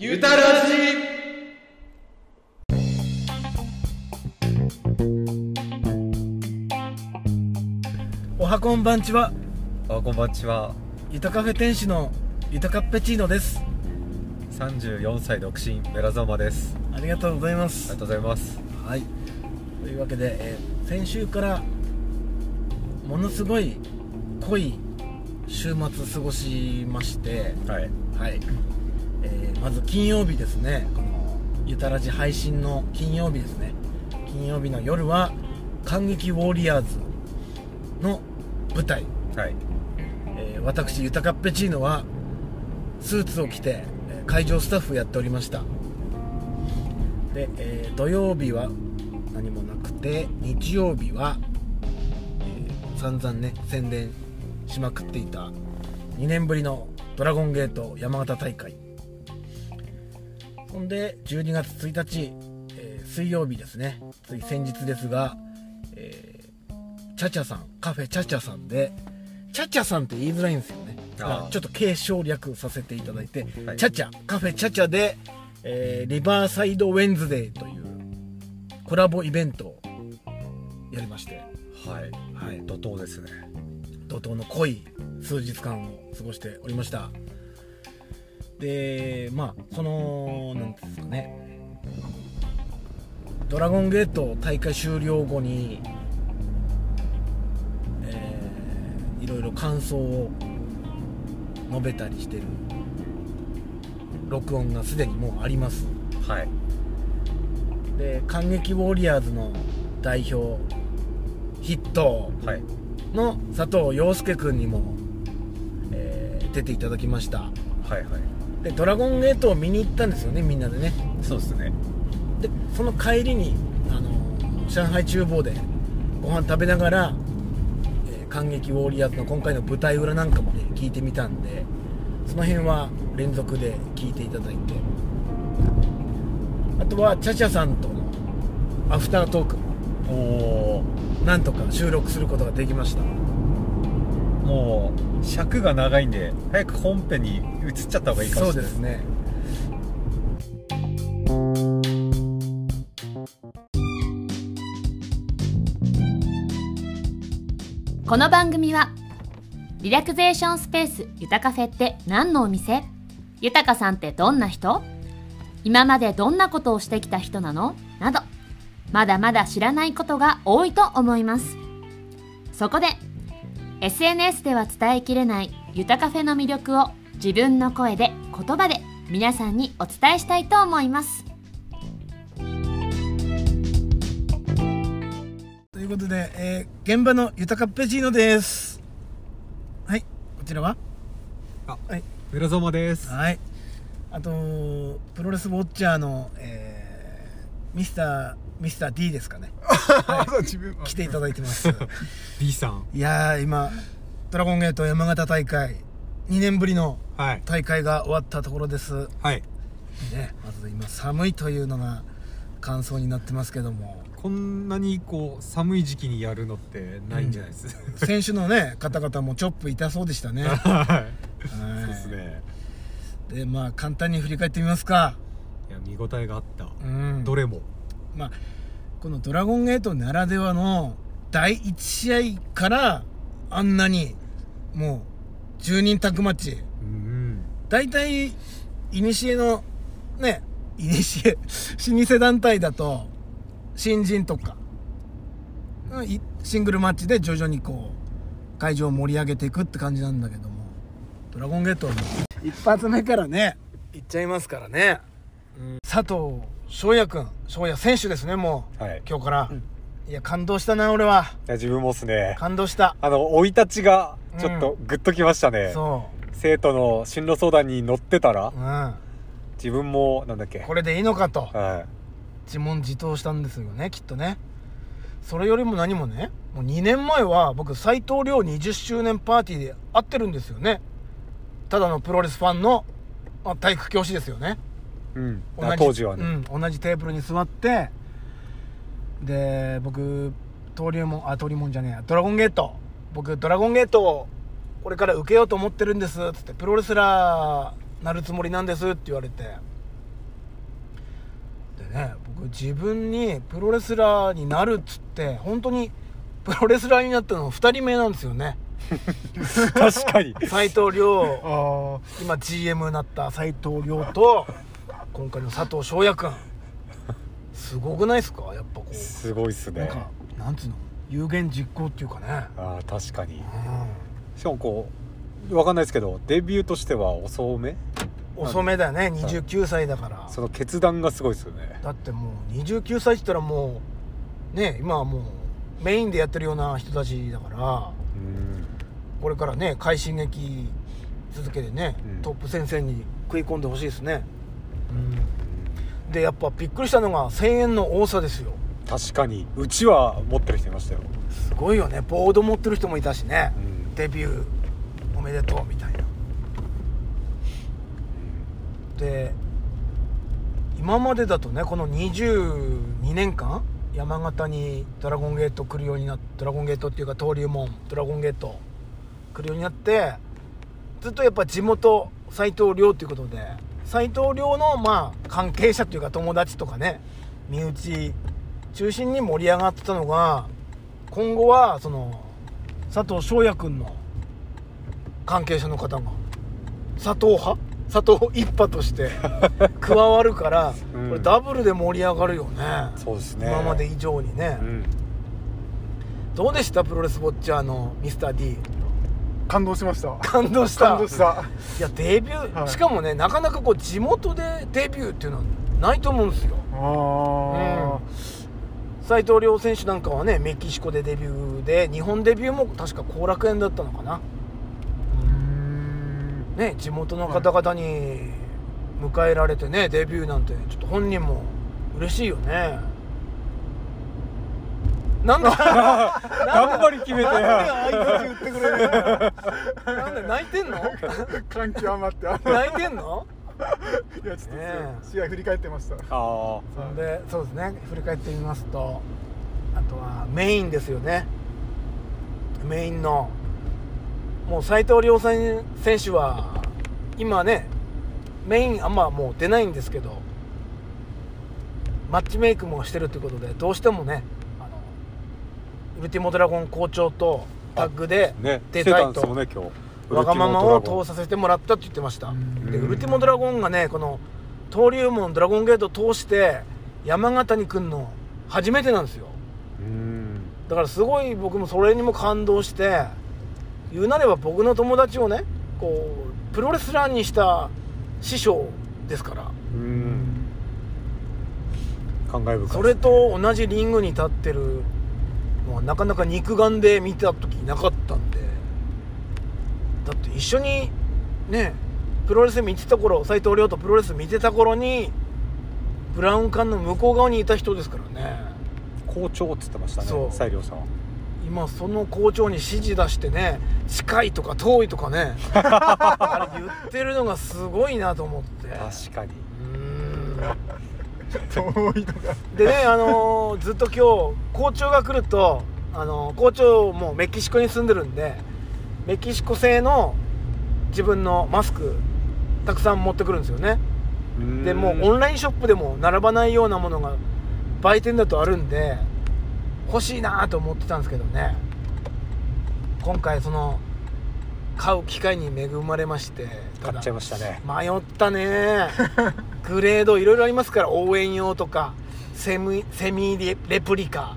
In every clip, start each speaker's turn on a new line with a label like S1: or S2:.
S1: ゆたらじ
S2: おはこんばんちは
S1: あこんばんちは
S2: ゆたカフェ店主のゆたカッペチーノです
S1: 34歳独身メラゾーマです
S2: ありがとうございま
S1: あり
S2: す
S1: がとうございます
S2: はいというわけで、えー先週からものすごい濃い週末過ごしまして
S1: はい
S2: はい、えーまず金曜日ですねこのゆたらじ配信の金曜日ですね金曜日の夜は「感激ウォリアーズ」の舞台
S1: はい
S2: えー私ユタカッペチーノはスーツを着てえー会場スタッフやっておりましたで、えー土曜日は何もなくて日曜日は、えー散々ね宣伝しまくっていた2年ぶりのドラゴンゲート山形大会そんで12月1日、えー水曜日ですねつい先日ですが、えーチャチャさんカフェチャチャさんでチャチャさんって言いづらいんですよね
S1: あー
S2: まあちょっと軽省略させていただいて、
S1: はい
S2: チャチャカフェチャチャで、えーリバーサイドウェンズデーというコラボイベントをやりまして
S1: はい
S2: はい
S1: 怒涛ですね
S2: 怒涛の濃い数日間を過ごしておりましたでまあそのなんていうんですかね「ドラゴンゲート」大会終了後にえーいろいろ感想を述べたりしてる録音がすでにもうあります
S1: はい
S2: で「感激ウォリアーズ」の代表ヒット
S1: はい
S2: の佐藤陽介君にも、えー出ていただきました
S1: はいはい
S2: でドラゴンゲートを見に行ったんですよねみんなでね
S1: そうですね
S2: でその帰りにあの上海厨房でご飯食べながら「えー感激ウォーリアーズ」の今回の舞台裏なんかもね聞いてみたんでその辺は連続で聞いていただいてあとはチャチャさんとのアフタートークも
S1: おお
S2: なんとか収録することができました
S1: もう尺が長いんで早く本編に移っちゃった方がいいかもしれない
S2: そうですね
S3: この番組はリラクゼーションスペースゆたカフェって何のお店ゆたかさんってどんな人今までどんなことをしてきた人なのなどまだまだ知らないことが多いと思いますそこで SNS では伝えきれないゆたカフェの魅力を自分の声で言葉で皆さんにお伝えしたいと思います
S2: ということで、えー現場のゆたかっぺチーノですはいこちらは
S1: あ
S2: はい
S1: メラゾーマです
S2: はいあとプロレスウォッチャーの、えー、ミスターミスター D ですかね
S1: 自分
S2: 来ていただいてます
S1: D さん
S2: いやー今ドラゴンゲート山形大会2年ぶりの
S1: はい
S2: 大会が終わったところです
S1: はい
S2: ねまず今寒いというのが感想になってますけども
S1: こんなにこう寒い時期にやるのってないんじゃないです
S2: 選手のね方々もチョップ痛そうでしたねはい
S1: はいそうですね
S2: でまあ簡単に振り返ってみますか、
S1: いや見応えがあった、
S2: うん
S1: どれも
S2: まあ、この「ドラゴンゲート」ならではの第1試合からあんなにもう10人宅待ち
S1: うん
S2: 大体いにしえのねいにしえ老舗団体だと新人とかうんいシングルマッチで徐々にこう会場を盛り上げていくって感じなんだけども「ドラゴンゲート」も一発目からねいっちゃいますからね、佐藤翔也君翔也選手ですねもう、
S1: はい
S2: 今日から、いや感動したな俺はい
S4: や自分もっすね
S2: 感動した
S4: あの生い立ちがちょっとグッときましたね、
S2: そ
S4: 生徒の進路相談に乗ってたら
S2: う、うん、
S4: 自分もなんだっけ
S2: これでいいのかと
S4: は
S2: 自問自答したんですよねきっとねそれよりも何もねもう2年前は僕斎藤亮20周年パーティーで会ってるんですよねただのプロレスファンの、まあ、体育教師ですよね
S4: い、うん、
S2: 同じ
S4: 当時はね、
S2: うん、同じテーブルに座ってで僕登竜門あ登竜門じゃねえやドラゴンゲート僕ドラゴンゲートをこれから受けようと思ってるんですつってプロレスラーなるつもりなんですって言われてでね僕自分にプロレスラーになるっつって本当にプロレスラーになったの2人目なんですよね
S4: 確 かに
S2: 斎藤亮
S1: あ
S2: 今 GM になった斎藤亮と今回の佐藤翔也君すごくないですかやっぱこう
S4: すごいっす
S2: なん
S4: ね
S2: かなんつうの有言実行っていうかね
S4: あー確かに
S2: う
S4: しかもこうわかんないですけどデビューとしては遅め
S2: ん遅めだよね29歳だから
S4: その決断がすごいっすよね
S2: だってもう29歳って言ったらもうね今はもうメインでやってるような人たちだから
S4: うん
S2: これからね快進撃続けてね、
S4: うん
S2: トップ戦線に食い込んでほしいですね、でやっぱびっくりしたのが声援の多さですよ
S4: 確かにうちは持ってる人いましたよ、
S2: すごいよねボード持ってる人もいたしね
S4: う、ん
S2: デビューおめでとうみたいなで今までだとねこの22年間山形にドラゴンゲート来るようになってドラゴンゲートっていうか登竜門ドラゴンゲート来るようになってずっとやっぱ地元斎藤亮っていうことで斎藤亮のまあ関係者というか友達とかね身内中心に盛り上がってたのが今後はその佐藤翔也君の関係者の方が佐藤派佐藤一派として 加わるから、
S4: うん
S2: これダブルで盛り上がるよね
S4: そうですね
S2: 今まで以上にね、
S4: うん
S2: どうでしたプロレスウォッチャーのミスター d
S1: ー感動しました
S2: 感動した
S1: 感動した
S2: いやデビュー、
S1: はい
S2: しかもねなかなかこう地元でデビューっていうのはないと思うんですよ
S1: あ
S2: 斉藤亮選手なんかはねメキシコでデビューで日本デビューも確か後楽園だったのかな
S1: ーうーん
S2: ね地元の方々に迎えられてねデビューなんてちょっと本人も嬉しいよねな んで
S4: 頑張り決めて
S1: あいつ言ってくれる
S2: なんで泣いてんの
S1: 感極まってあ
S2: 泣いてんの
S1: いやちょっと
S2: ねえ
S1: 試合振り返ってま した
S4: ああ
S2: そんでそうですね振り返ってみますとあとはメインですよねメインのもう斎藤亮選選手は今ねメインあんまもう出ないんですけどマッチメイクもしてるということでどうしてもねあのウルティモドラゴン校長とタッグで
S4: ね
S2: 出
S4: して
S2: た
S4: たん
S2: い
S4: ですもん
S2: と
S4: ね今日
S2: わがままを通
S4: 査
S2: させてもらったって言ってました
S1: うん
S2: でウルティモドラゴンがねこの登竜門ドラゴンゲートを通して山形に来るの初めてなんですよ
S4: うん
S2: だからすごい僕もそれにも感動して言うなれば僕の友達をねこうプロレスラーにした師匠ですから
S4: うん感慨深いです
S2: そ
S4: ね
S2: れと同じリングに立ってるのはなかなか肉眼で見た時なかったんでだって一緒にねプロレス見てた頃斎藤亮とプロレス見てた頃にブラウン管の向こう側にいた人ですからね
S4: 校長って言ってました
S2: そう
S4: ね西良さんは
S2: 今その校長に指示出してね近いとか遠いとか ねあれ言ってるのがすごいなと思って
S4: 確かに
S2: うーん
S1: 遠いのが
S2: でね、あのーずっと今日校長が来ると、あのー校長もうメキシコに住んでるんでメキシコ製の自分のマスクたくさん持ってくるんですよねでもうオンラインショップでも並ばないようなものが売店だとあるんで欲しいなと思ってたんですけどね今回その買う機会に恵まれましてただ
S4: 買っちゃいましたね
S2: 迷ったねグレードいろいろありますから応援用とかセミセミレレプリカ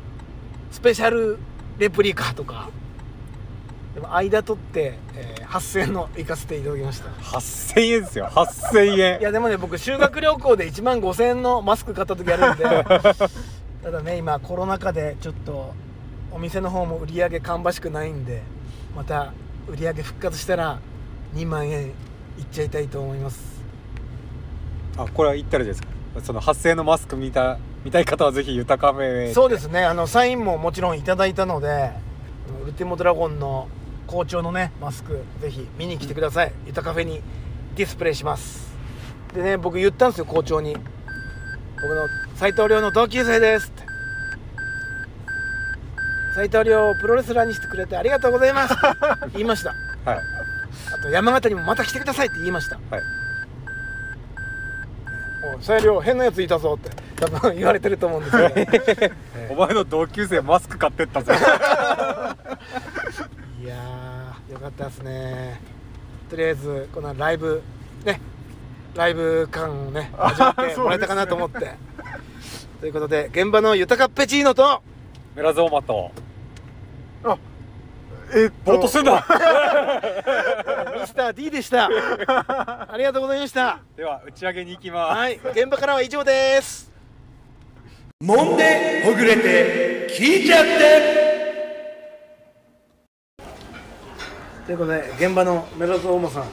S2: スペシャルレプリカとかでも間取って、えー8000円の行かせていただきました
S4: 8000円ですよ8000円
S2: いやでもね僕修学旅行で1万5000円のマスク買った時あるんでただね今コロナ禍でちょっとお店の方も売り上げ芳しくないんでまた売り上げ復活したら2万円いっちゃいたいと思います
S4: あこれは行ったらですかその8000円のマスク見た見たい方はぜひ豊かめ
S2: そうですねあのサインももちろんいただいたのでウルティモドラゴンの校長のねマスクぜひ見に来てください「ゆたカフェ」にディスプレイしますでね僕言ったんですよ校長に「僕の斎藤亮の同級生です」って「斎藤亮をプロレスラーにしてくれてありがとうございます」って言いました
S4: はい
S2: あと山形にもまた来てくださいって言いました
S4: はい
S2: おそれを変なやついたぞって多分言われてると思うんですけど
S4: お前の同級生マスク買ってったぜ
S2: いやーよかったですねとりあえずこのライブねライブ感をね味わってもらえたかなと思って、ということで現場の豊かっぺチーノと
S4: メラゾーマと
S5: えっ
S4: ぼーっとすんな
S2: ミスター D でしたありがとうございました
S4: では打ち上げに行きます
S2: はい現場からは以上です
S5: 揉んでほぐれて聞いちゃって
S2: ということで現場のメロゾーモさん、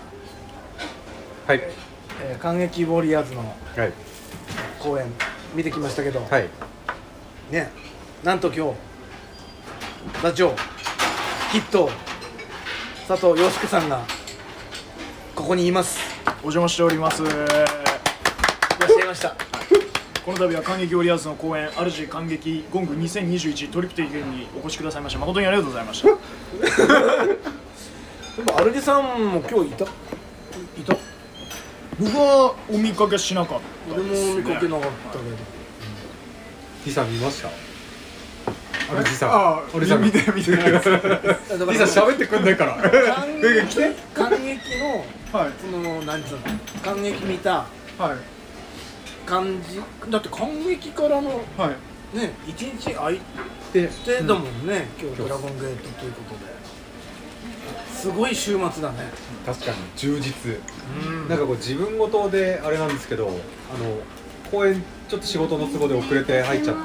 S4: はい
S2: えー、感激ウォリアーズの
S4: はい
S2: 公演見てきましたけど、
S4: はい
S2: ねなんと今日ダチョウヒット佐藤洋介さんがここにいます
S5: お邪魔しております
S2: いらっしゃいました
S5: この度は感激オリアーズの公演「主感激ゴング2021トリプティゲン」にお越しくださいまして誠にありがとうございました
S2: でもアルデさんも今日いたいた
S5: 僕はお見かけしなかった
S2: 俺
S5: で
S2: も
S5: す、
S2: 見
S5: ね、
S2: かけなかったけど
S4: リサ見ましたあれリサ
S5: ああ
S4: 俺さ
S5: 見て見てな いです
S2: いやだ
S4: リサ喋ってくんないから
S2: 感激感激の
S5: はい
S2: そのなんつうの感激見た
S5: はい
S2: 感じだって感激からの
S5: はい
S2: ね一日空い
S4: で
S2: てだもんね、今日ドラゴンゲートということですごい週末だね
S4: 確かに充実
S2: うん
S4: なんかこう自分ごとであれなんですけどあの公演ちょっと仕事の都合で遅れて入っちゃって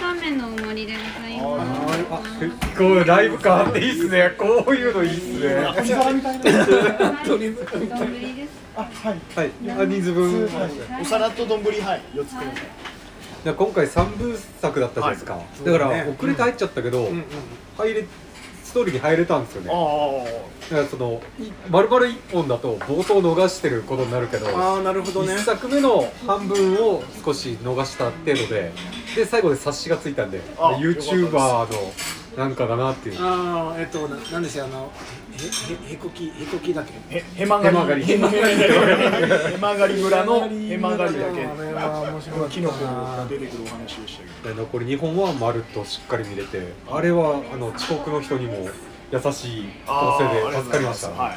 S6: ラーメンのお盛りでございます。
S4: あ結構ライブ感あっていいっすねこういうのいいっすね
S6: 鳥塚みたいな。丼です。
S4: はいあ人数分
S5: お皿と丼はい4つください
S4: なんか今回3部作だったじゃないですか、だか
S2: そうだ
S4: ら
S2: ね
S4: 遅れて入っちゃったけど、
S2: うんうん
S4: 入れストーリーに入れたんですよね
S5: あ
S4: だからそのい丸々1本だと冒頭逃してることになるけど
S2: ああなるほどね
S4: 1作目の半分を少し逃した程度でで最後で冊子がついたんで
S5: あ
S4: YouTuber のなんかだなっていう
S2: ああえっとななんでしたあのへへへこきへこきだっけ
S5: へへまが
S4: へ
S5: り
S4: まがり
S5: へまがりへまがり村のへ
S2: へ
S5: ま
S2: ま
S5: が
S2: が
S5: り
S2: り
S5: だ
S2: 村
S5: け
S2: のあれは面白かったな
S5: キノコが出てくるお話でしたけど
S4: で残り2本はまるっとしっかり見れてあれはあの遅刻の人にも優しい構成で助かりました
S5: はい
S2: なるほどね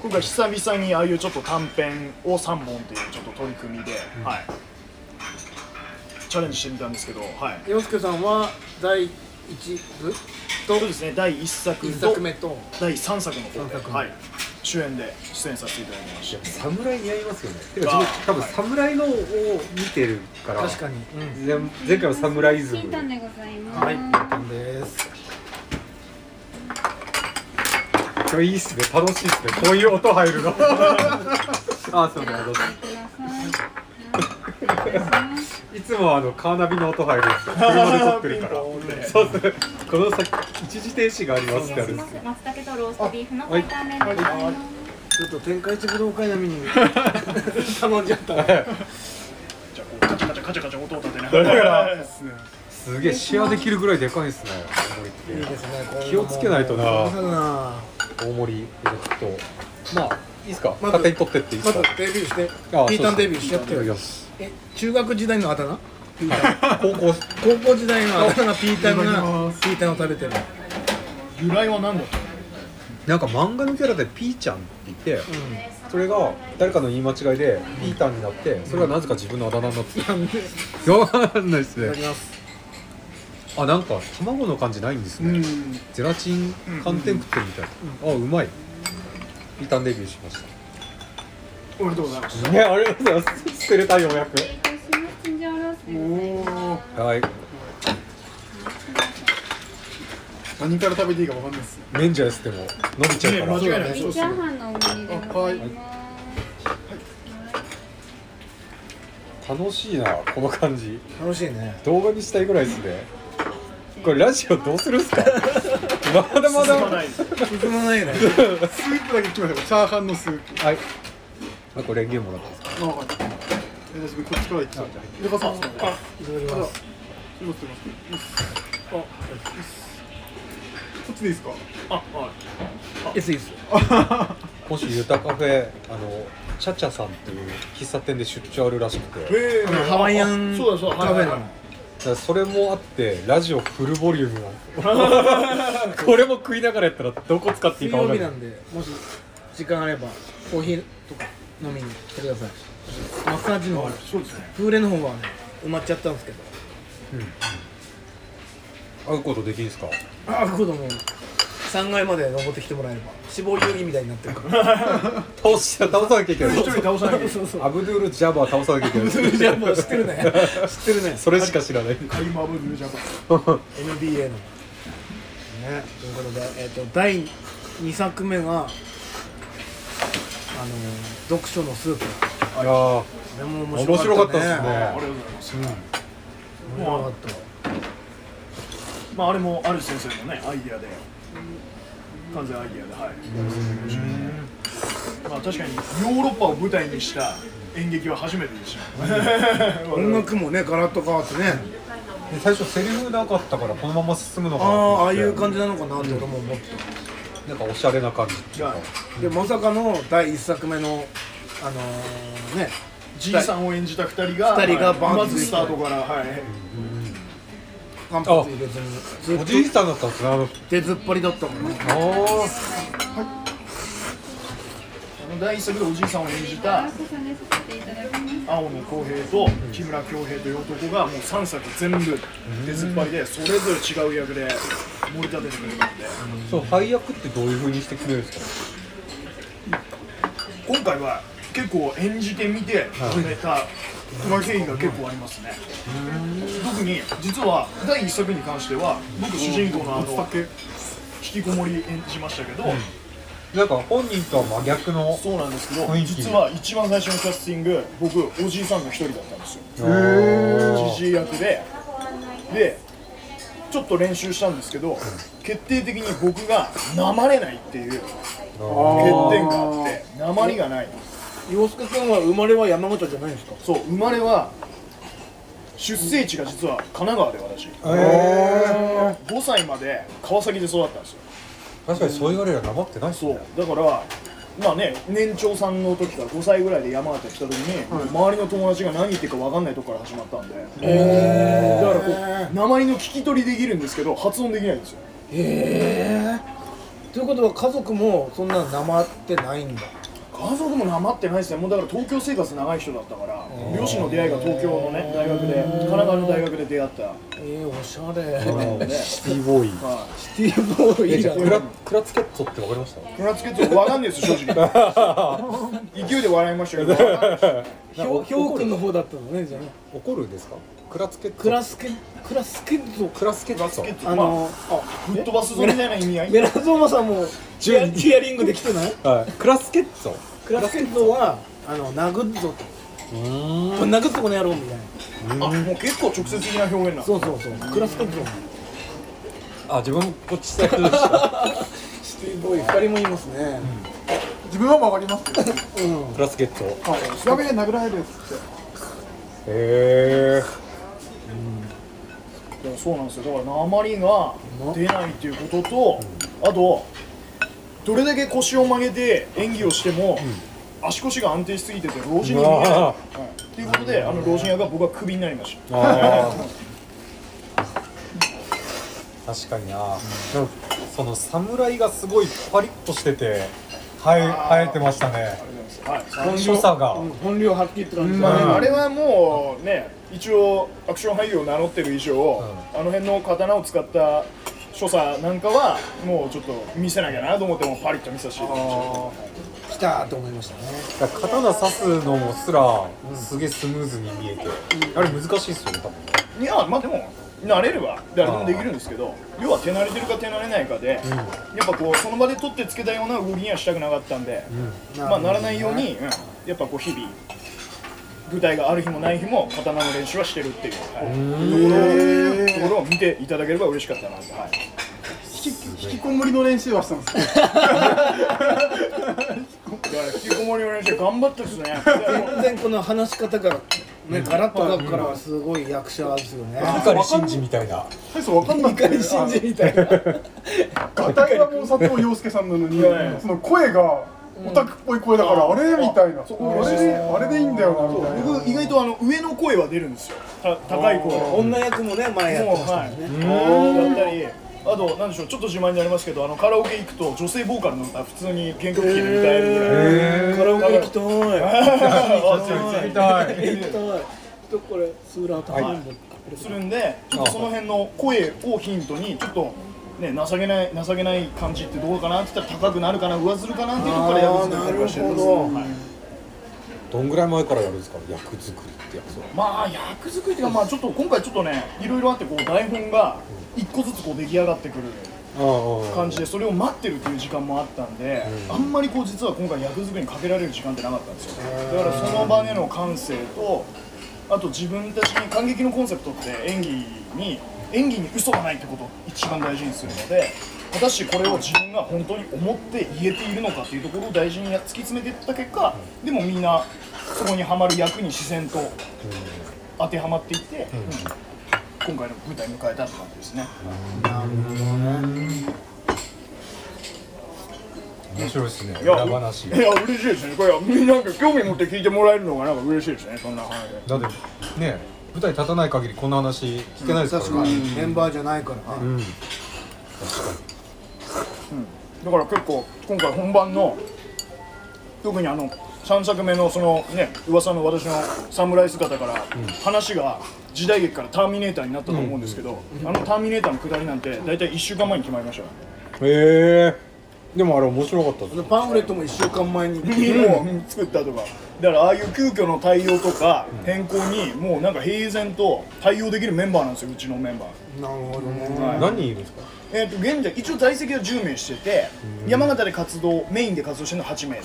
S5: 今回久々にああいうちょっと短編を3本というちょっと取り組みで、はいチャレンジしてみたんですけどはい
S2: 洋介さんは第一部
S5: そうですね第1作
S2: 一
S5: と
S2: 作目と
S5: 第3作の方
S2: 三作
S5: で、
S2: 目
S5: はい、主演で出演させていただきました
S4: 侍似合いますよねてか自分多分侍のを見てるから
S2: 確かにうん
S4: 前前回は侍イズム
S6: 金丹でございます。
S2: はいです
S4: これいいっすね楽しいっすねこういう音入るの あそうだどうぞ
S6: ご覧ください。はい
S4: いつもあのカーナビの音入るん ですよ車で撮ってるか
S5: ピンポンで
S4: らそうそうこの先一時停止がありますってあるんですよ
S6: 松茸とローストビーフの担々麺でございます。
S2: ちょっと天下一武道会並みに頼んじゃった
S5: じゃあこうカチャカチャカチャカチャ音を立てながら
S4: すげえシェアできるぐらいでかいですね思
S2: い
S4: い
S2: い
S4: って
S2: ですね
S4: 気をつけないとな
S2: 気をつけないとな
S4: 大盛りえっとまあいいですか
S2: まず
S4: 勝手に撮ってっていいで
S2: ますず
S4: か
S2: デビューして
S4: あ
S2: ピータン
S4: そう
S2: デビュ
S4: ですね
S2: ーしてやって
S4: いただき
S2: よ
S4: ます
S2: え中学時代のあだ名ピータン
S4: 高校
S2: 高校時代のあだ名ピータン
S5: いただき
S2: が
S5: ます
S2: ピータンを食べてる
S5: 由来は何だったの
S4: なんか漫画のキャラでピーちゃんって言って、それが誰かの言い間違いでピータンになってそれがなぜか自分のあだ名になってた、わかんないです
S2: いただ
S4: ね
S2: きます
S4: あなんか卵の感じないんですね、ゼラチン寒天食ってるみたい、あうまいピータンデビューしまし
S5: おめでとうございます
S4: たねありがとうございます捨てれたようやく
S6: 失礼いたします。チンジャオロースでございます。
S5: おお
S4: はい
S5: 何から食べていいかわかんないですね
S4: 麺じゃやっても伸びちゃうから、
S5: ね間違いない
S6: ビチャーハンのお盛りでございます。
S4: 楽しいなこの感じ
S2: 楽しいね
S4: 動画にしたいぐらいですねこれラジオどうするんすか まだ まだ
S5: 進まないです
S2: 進ま ないね
S5: スープだけ決まったチャーハンのスープ
S4: はい。あ、これゲームもらっていいですか。
S5: あ分かった私こっちから行っちゃうじゃあさんあ
S2: いただきます
S5: すいませんすいませんあこっちでいいですかあは
S2: いい
S5: い
S2: っすいいっす
S4: こ今週ユタカフェあのチャチャさんっていう喫茶店で出張あるらしくて
S7: へえ
S2: あのハワイアン
S7: そうだそうだ
S2: カフェな
S7: はいはい
S2: の
S4: だからそれもあってラジオフルボリュームなん ですよこれも食いながらやったらどこ使ってい
S2: 水
S4: いか分
S2: 曜
S4: か
S2: 日
S4: んな
S2: ないんでもし時間あればコーヒーとか飲みに来てくださいマッサージの方
S7: そうですね
S2: プーレの方はね埋まっちゃったんですけど
S4: 会うことできるんですか
S2: ああ子供3階まで登ってきてもらえれば死亡遊戯みたいになってるから
S4: 倒し倒さなきゃいけない
S7: 一人倒さなきゃいけない
S2: そうそう
S4: アブドゥール・ジャバー倒さなきゃいけない
S2: じゃあもう知ってるね知ってるね
S4: それしか知らない
S7: カリマブルージャパン
S2: NBA のねということで、えっと第2作目があのー読書のスープ
S4: いやー
S2: あれも面
S4: 面白
S2: 白
S4: か
S2: か
S4: っ
S2: ったた
S4: で
S2: ね
S4: す
S7: ありがと
S4: ね
S7: うございます
S2: 面白かった
S5: まああれもある先生のねアイディアで完全アイディアではいまあ確かにヨーロッパを舞台にした演劇は初めてでしたね我
S2: 音
S5: 々
S2: 楽もねガラッと変わってね
S4: で最初セリフなかったからこのまま進むのか
S2: あ
S4: なと思っ
S2: あ
S4: て
S2: ああいう感じなのかなって俺も思ってた
S4: なんかおしゃれな感じ
S5: が
S2: でまさかの第1作目のあのーね
S5: じいさんを演じた二人が
S2: 二人が
S5: はい
S2: バン
S5: ま
S2: って
S5: ずスタートからはい
S2: 間髪入れずにず
S4: お
S2: っ
S4: じい
S2: と
S4: さんだったんですねあの
S2: 出ずっぱりだったもんね
S4: あー
S5: あの第一作でおじいさんを演じた
S6: 重ねさせていただきます。
S5: 青野浩平と木村恭平という男がもう3作全部出ずっぱりでそれぞれ違う役で盛り立ててくれたんで
S4: そう配役ってどういう風にしてくれるんです
S5: 今回は結構演じてみて決めた経緯が結構ありますね特に実は第一作に関しては僕主人公のあの引きこもり演じましたけど、
S4: かなんか本人とは真逆の
S5: そうなんですけど
S4: 雰囲気
S5: 実は一番最初のキャスティング僕おじいさんの一人だったんですよじじい役ででちょっと練習したんですけど決定的に僕がなまれないっていう欠点があってなまりがない
S2: 洋介君は生まれは山形じゃないんですか
S5: そう生まれは出生地が実は神奈川で私5歳まで川崎で育ったんですよ
S4: 確かにそう言われりゃなまってないっす
S5: そう
S4: ね
S5: だからまあね年長さんの時から5歳ぐらいで山形来た時に、周りの友達が何言ってるか分かんないとこから始まったんでだからこう鉛の聞き取りできるんですけど発音できないんですよ
S2: へえということは家族もそんななまってないんだ
S5: 家族もなまってないですねもうだから東京生活長い人だったから両親の出会いが東京のね大学で神奈川の大学で出会った
S2: えー、おしゃれ
S4: うんシティボーイ
S5: はい
S2: シティボーイ
S4: えじゃあクラ
S2: だ
S4: クラツケットってわかりました
S5: ふらつけてわかんないですよ正直 勢いで笑いましたけど
S2: ひょひょうくんの方だったのねじゃあね
S4: 怒るんですかクラツケット
S2: クラスケクラスケッゾ
S4: クラスケット
S2: あの
S5: ぶっ飛ばすぞみたいな意味合い
S2: メラゾーマさんも
S4: ジュ
S2: テ
S4: ン
S2: ィアリングできてない
S4: はいクラスケット
S2: クラスケッゾはあの殴っぞとこれ殴っぞこの野郎みたいな
S5: あもう結構直接的な表現な
S2: そうそうそうクラスケッゾ
S4: あ自分もこっちサイドでした
S2: シティボーイ二人もいますね
S7: 自分は曲がります けど
S4: クラスケットへ
S7: 調べで殴られるっつって
S4: え
S5: いやそうなんですよだから鉛が出ないっていうこととあとどれだけ腰を曲げて演技をしても、足腰が安定しすぎてて老人に見えない、
S4: う
S5: は
S4: わ
S5: い、っていうことであの老人役は僕はクビになりました
S4: あー確かにな、でもその侍がすごいパリッとしてて生え生えてましたね
S5: はい
S4: 所作が、
S2: うん本領発揮って感じ
S5: まあね、
S4: うん
S5: あれはもうね一応アクション俳優を名乗ってる以上、あの辺の刀を使った所作なんかはもうちょっと見せなきゃなと思ってもうパリッと見させていただきま
S2: 来
S5: し
S2: たと思いましたね
S4: だから刀刺すのもすらすげえスムーズに見えて、あれ難しいっすよね多分
S5: たいやまあでも慣れれば誰でもできるんですけど要は手慣れてるか手慣れないかで、やっぱこうその場で取ってつけたような動きにはしたくなかったんで、まあならないように、うんやっぱこう日々舞台がある日もない日も刀の練習はしてるっていう、はいところをところを見ていただければ嬉しかったなと、はい
S7: 引き引きこもりの練習はしたん ですけど
S5: いや引きこもりの練習頑張ったですね。
S2: 全然この話し方がね、ガラッと書くからはすごい役者ですよね。
S4: 碇シンジみたいな
S7: 大 層わかんなくて
S2: 碇信じみたいな。
S7: ガタイはもう佐藤陽介さんなのに
S5: はい
S7: その声がオタクっぽい声だからあれみたいなあ
S5: そう嬉し
S7: れ
S5: い
S7: であれでいいんだよなみたいな
S5: 僕意外とあの上の声は出るんですよた高い声も
S8: 女役もね前
S5: う
S8: やってましたもんね
S5: はいだったりあとなんでしょうちょっと自慢になりますけどあのカラオケ行くと女性ボーカルの歌普通に弦楽器で歌えるぐらい
S8: えーカラオケ行きた い行きた行き
S5: あい
S8: たいとこれスーラータイム
S5: するんでちょっとその辺の声をヒントにちょっとね情けない情けない感じってどうかなって言ったら高くなるかな上ずるかなっていうところからやるんですけどしてますはい
S4: どんぐらい前からやるんですか役作りってやつは
S5: まあ役作りっていうかまあちょっと今回ちょっとねいろいろあってこう台本が一個ずつこう出来上がってくる感じでそれを待ってるっていう時間もあったんで、あんまりこう実は今回役作りにかけられる時間ってなかったんですよだからその場での感性とあと自分たちに感激のコンセプトって演技に演技に嘘がないってことを一番大事にするので果たしてこれを自分が本当に思って言えているのかっていうところを大事にや突き詰めていった結果でもみんなそこにはまる役に自然と当てはまっていって、うん今回の舞台迎えたって感じですね。
S4: 面白いですね
S5: いや
S4: 裏話
S5: いや嬉しいですねこれはみんななんか興味持って聞いてもらえるのがなんか嬉しいですねそんな話で
S4: だってね舞台立たない限りこんな話聞けないです
S8: 確
S4: から
S8: か
S4: ね、
S8: にメンバーじゃないからね
S4: うん
S5: だから結構今回本番の特にあの3作目のそのね噂の私の侍姿から話が時代劇から「ターミネーター」になったと思うんですけど、あの「ターミネーター」のくだりなんて大体1週間前に決まりましたよ
S4: へえでもあれ面白かったです
S8: パンフレットも1週間前に
S5: もう作ったとかだからああいう急遽の対応とか変更にもうなんか平然と対応できるメンバーなんですようちのメンバー
S8: なるほどね
S4: 何人いるんですか
S5: えー、と現在一応在籍は10名してて山形で活動メインで活動してるのは8名で、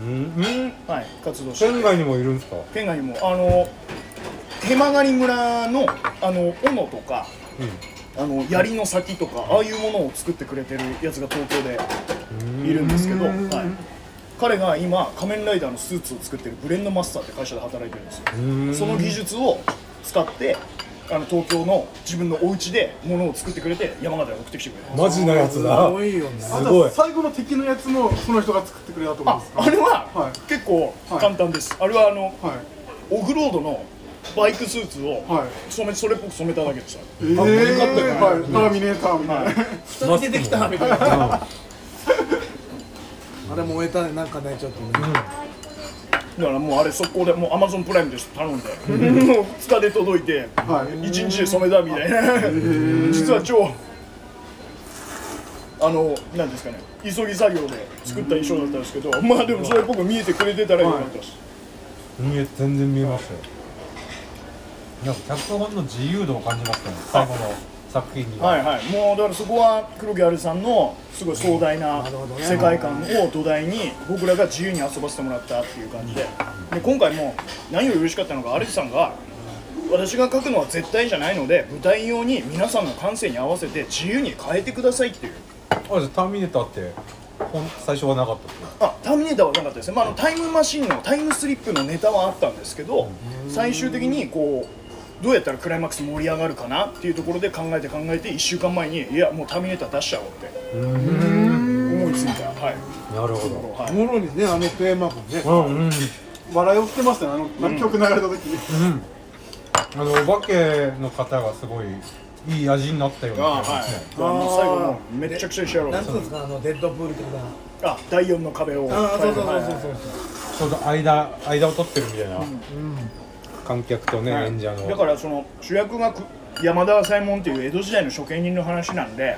S4: うん
S5: はい、活動して
S4: 県
S5: て
S4: 外にもいるんですか
S5: 県外にもあの手曲がり村のあの斧とか、あの槍の先とかああいうものを作ってくれてるやつが東京でいるんですけど、はい、彼が今仮面ライダーのスーツを作ってるブレンドマスターって会社で働いてるんですよその技術を使ってあの東京の自分のお家で物を作ってくれて山形に送ってきてくれてます
S4: マジなやつだ
S8: 多いよね
S7: あ
S4: すごい
S7: と最後の敵のやつもその人が作ってくれたってこと
S5: あ
S7: ですか
S5: あれは
S7: はい
S5: 結構
S7: はい
S5: 簡単です、あれはあの
S7: はい
S5: オフロードのバイクスーツを
S7: はい
S5: 染めそれっぽく染めただけでした
S7: ええはいターミネーターみたいな
S8: 人に出てきたみたい なあれ燃えたねなんかねちょっとね
S5: だからもうあれ速攻でもうアマゾンプライムです頼んで もう2日で届いて
S7: はい
S5: 1日で染めたみたいな実は超あのなんですかね急ぎ作業で作った衣装だったんですけどまあでもそれっぽく見えてくれてたらよかったです
S4: 見え全然見えましたよなんか脚本の自由度を感じますね最後の作品には
S5: はいはい、もうだからそこは黒木アルさんのすごい壮大な世界観を土台に僕らが自由に遊ばせてもらったっていう感じでで今回も何より嬉しかったのがアレキさんが私が書くのは絶対じゃないので舞台用に皆さんの感性に合わせて自由に変えてくださいっていう
S4: あじゃあターミネーターってほん最初はなかったっけ
S5: あターミネーターはなかったですね、まあ、あのタイムマシンのタイムスリップのネタはあったんですけど最終的にこうどうやったらクライマックス盛り上がるかなっていうところで考えて考えて1週間前にいやもうターミネーター出しちゃおうって思いついたはい
S4: なるほ
S5: とこ
S4: ど
S5: ろはい
S8: もろにねあのテーマもね
S4: うんうん
S7: 笑いをしてましたねあのあの曲流れた時
S4: あのお化けの方がすごいいい味になったよう
S5: あ
S4: な
S5: はい
S4: 気がしますね
S5: あもう最後もうめっちゃくちゃにしてやろう
S8: なんつうんですかあのデッドプール的な
S5: あ第4の壁を
S8: ああそうそうそう
S5: はいはい
S8: そう
S4: ちょうど間間を取ってるみたいな、観客とね、
S5: はい
S4: 演者の
S5: だからその主役がく山田左衛門っていう江戸時代の処刑人の話なんで、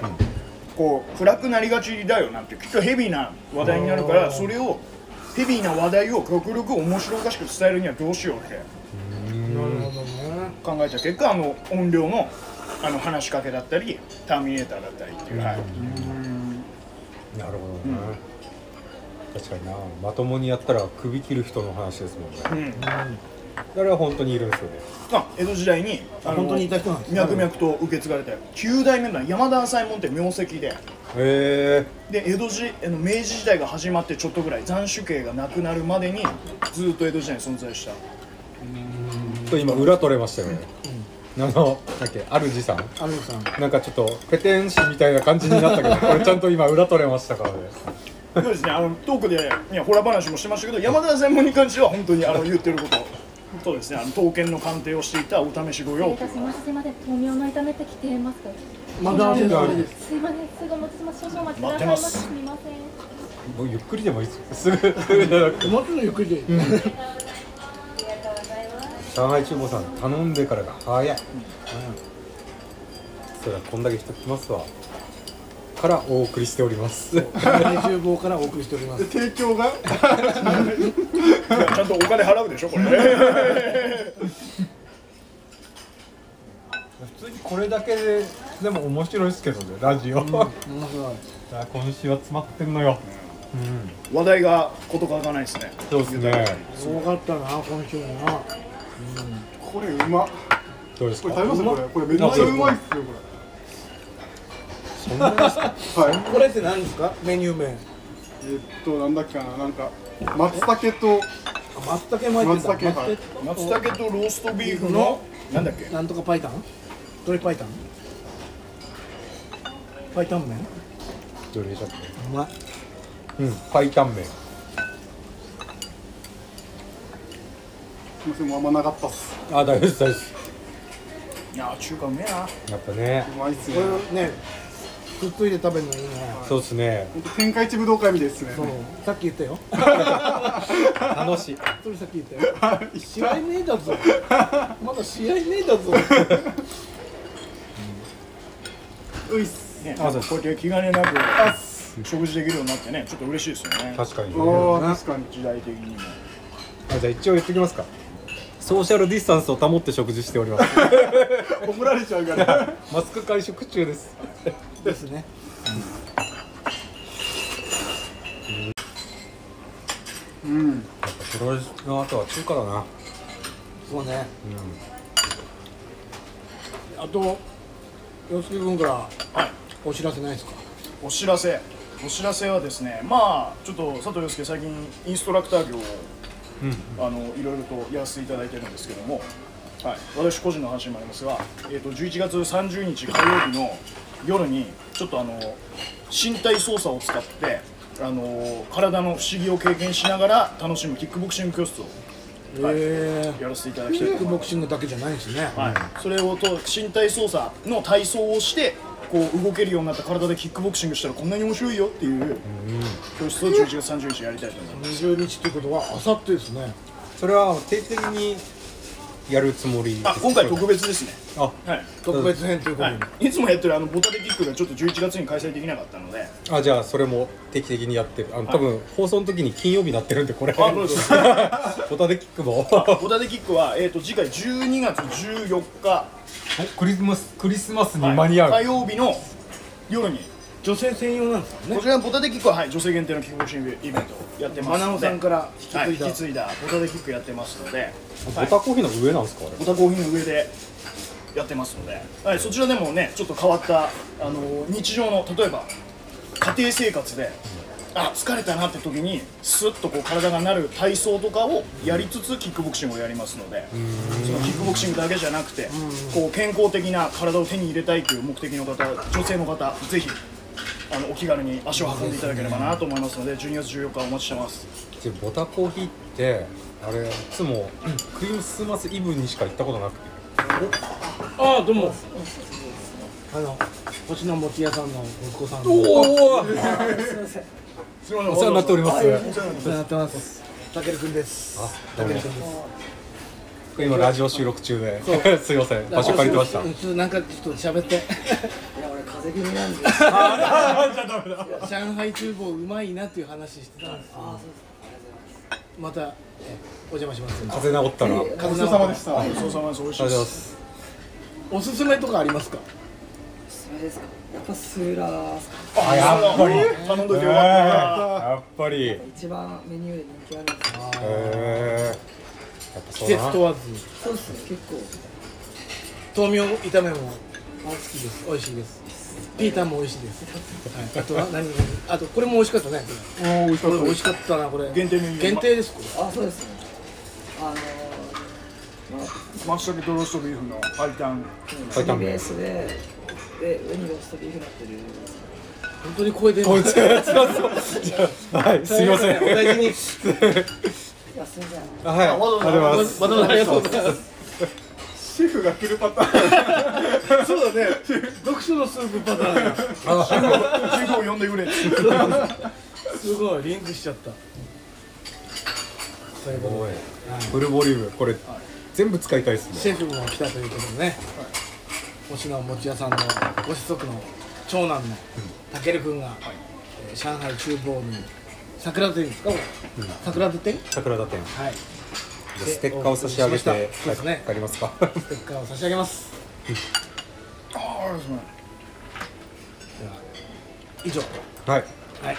S5: こう暗くなりがちだよなんてきっとヘビーな話題になるからそれをヘビーな話題を極力面白おかしく伝えるにはどうしようって考えた結果あの音量のあの話しかけだったりターミネーターだったりっていう、はい
S4: なるほどね、確かになまともにやったら首切る人の話ですもんね、
S5: ん
S4: 誰は本当にいるんですよね
S5: あ江戸時代にあの
S8: 本当にいた人なんですね
S5: 脈々と受け継がれて9代目の山田左衛門って名跡で。
S4: へ
S5: で江戸時あの明治時代が始まってちょっとぐらい斬首刑がなくなるまでにずっと江戸時代に存在した
S4: えちょっと今裏取れましたよね、あのなんだっけ主さん
S8: アルさん
S4: なんかちょっとペテン師みたいな感じになったけどこれちゃんと今裏取れましたからね
S5: そうですねあのトークでいやホラー話もしましたけど山田専門に関しては本当にあの言ってることそうですねあの刀剣の鑑定をしていたお試し御用という
S6: すいませんすいません豆苗の炒めてきてますか
S2: まだあれだあれです
S6: すいませんすぐお持ちします少々お待ちくだ
S5: 待ってま
S6: さいますすみません
S4: もうゆっくりでもいいですよす ぐ
S2: もうちょっとゆっくりでいい
S4: 上海厨房さん頼んでからが早い、そりゃこんだけ人来ますわからお送りしております
S2: 大厨房からお送りしております
S9: 提供が
S5: やちゃんとお金払うでしょこれ
S4: 普通にこれだけででも面白いですけどねラジオ、
S2: 面白い
S4: あ今週は詰まってんのよ、うん、
S5: 話題が事欠かないですね
S4: そうですね
S2: すごかったな今週もな
S9: これうま
S4: どうです
S9: これ
S4: か
S9: 食べますこれこれめっちゃうまいっすよこれそんなにはい
S2: これって何ですかメニュー名
S9: えっとなんだっけかななんか松茸と
S2: あ松茸巻いてた
S9: 松茸はい
S5: 松茸とローストビーフのなんだっけ
S2: なんとかパイタン鶏パイタンパイタン麺
S4: どれでしたっ
S2: うまい
S4: けうん白湯麺
S9: すいませんもうあんまなかったっす
S4: あ大丈夫です大丈夫です
S5: いや中華うめえな
S4: やっぱね
S9: うまいっすね
S2: これをねくっついて食べるのいいね
S4: そうですね
S9: ほんと天下一武道会みたいですね
S2: そうさっき言ったよ
S4: 楽しい
S2: それさっ き言ったよ試合ねえだぞまだ試合ねえだぞ
S9: ういっす
S5: ねまずこうやって気兼ねなく食事できるようになってねちょっと嬉しいですよね
S4: 確かに、
S9: あ
S4: ね、
S9: ー確かに
S5: 時代的にも
S4: あじゃあ一応言ってきますかソーシャルディスタンスを保って食事しております
S9: 怒られちゃうから
S4: マスク会食中です
S2: ですね
S9: うん
S4: やっぱそれの後は中華だな
S2: そうね
S4: う
S2: あと洋介君からお知らせないですか
S5: お知らせお知らせはですねまあちょっと佐藤陽介最近インストラクター業を、あのいろいろとやらせていただいてるんですけども、はい、私個人の話にもありますが、えー、と11月30日火曜日の夜にちょっとあの身体操作を使ってあの体の不思議を経験しながら楽しむキックボクシング教室をはい
S2: え
S5: やらせていただ
S2: え
S5: きたい
S2: キ
S5: と
S2: ック
S5: 思い
S2: ボ
S5: ま
S2: ク
S5: す
S2: シングだけじゃないんですね
S5: はい、それをと身体操作の体操をしてこう動けるようになった体でキックボクシングしたらこんなに面白いよっていう教室を11月30日やりたいと思います
S2: 20日ということはあさってですね
S4: んそれは定期的にやるつもりです
S5: あ今回特別ですね
S4: あ
S5: はい、
S2: 特別編ということで
S5: はい、いつもやってるあのボタテキックがちょっと11月に開催できなかったのであ
S4: あじゃあそれも定期的にやってるあの多分放送の時に金曜日になってるんでこれ
S5: そうです
S4: ホタテキックも
S5: ボタテキックは、えー、と次回12月14日、
S4: クリスマスクリスマスに
S5: はい
S4: 間に合う、
S5: 火曜日の夜に
S2: 女性専用なんですかね
S5: こちらのボタテキックは、はい、女性限定のキックボクシングイベントをやってます
S2: マナオさんから引き継いだ
S5: はい、引き継いだボタテキックやってますので
S4: ボタコーヒーの上なんですかあれ
S5: ボタコーヒーの上でやってますので、はい、そちらでもねちょっと変わった、あの日常の例えば家庭生活であ疲れたなって時にスッとこう体がなる体操とかをやりつつキックボクシングをやりますのでそのキックボクシングだけじゃなくてこう健康的な体を手に入れたいという目的の方女性の方ぜひあのお気軽に足を運んでいただければなと思いますので12月14日お待ちしてます
S4: でボタコーヒーってあれいつもクリスマスイブにしか行ったことなくて
S10: ああどうも
S2: あの星の餅屋さんの息子さんで
S4: おお
S5: すみません
S4: お世話になっております
S2: お世話になってますたけるくんです
S4: あど
S2: たけ
S4: うも
S2: るくんです
S4: 今ラジオ収録中で すいません場所借りてました
S2: うんちょっとなんかちょっと喋 って 上海厨房うまいなっていう話してたんですよまたえお邪魔します
S4: 風邪治ったらありがとう
S9: ごちそうさまでした
S5: ごちそうさまです美味しい
S2: おす
S4: ございますす
S5: で
S2: すめとかありますか
S11: やっぱスーラーっすか
S5: あやっぱり頼んどいてよかったな
S4: やっぱりへ
S11: 一番メニューで人気あるんですよ
S4: えやっぱそう
S2: 季
S4: だ
S2: 節
S4: な
S2: 問わず
S11: そうっすね結構
S2: 豆苗炒めも好きです美味しいですピータンも美味しいです、はい、あとは何あとこれも美味しかったね
S9: おー美味し
S2: これ
S9: か
S2: 美
S9: っ
S2: 味しかったなこれ
S5: 限定メニュー
S2: 限定ですこれ
S11: あそうですねあ
S5: マッシュとローストビーフの白湯
S11: の
S4: 白
S11: ー
S4: 湯
S11: ベースででウニローストビーフになってる
S2: 本当に声出ない
S4: はいすいません
S2: お大事に
S12: いやすいません
S4: あはいありがとうございます
S2: またありがとうございます
S13: シェフが来るパターン
S2: そうだね読書のスープパターンが
S5: シェフを呼んでくれ
S2: すごいリンクしちゃったということ
S4: おい
S2: で
S4: フルボリュームこれ全部使いたいです
S2: シ
S4: ね
S2: ェフも来たということでね、星野餅屋さんのご子息の長男のたけるくんが、えー上海厨房に桜というんですか、これ桜手店
S4: 桜田店
S2: はい
S4: でステッカーを差し上げて
S2: そうですね
S4: わかりますか
S2: ステッカーを差し上げます
S5: ああすまん
S2: 以上
S4: はい
S2: はい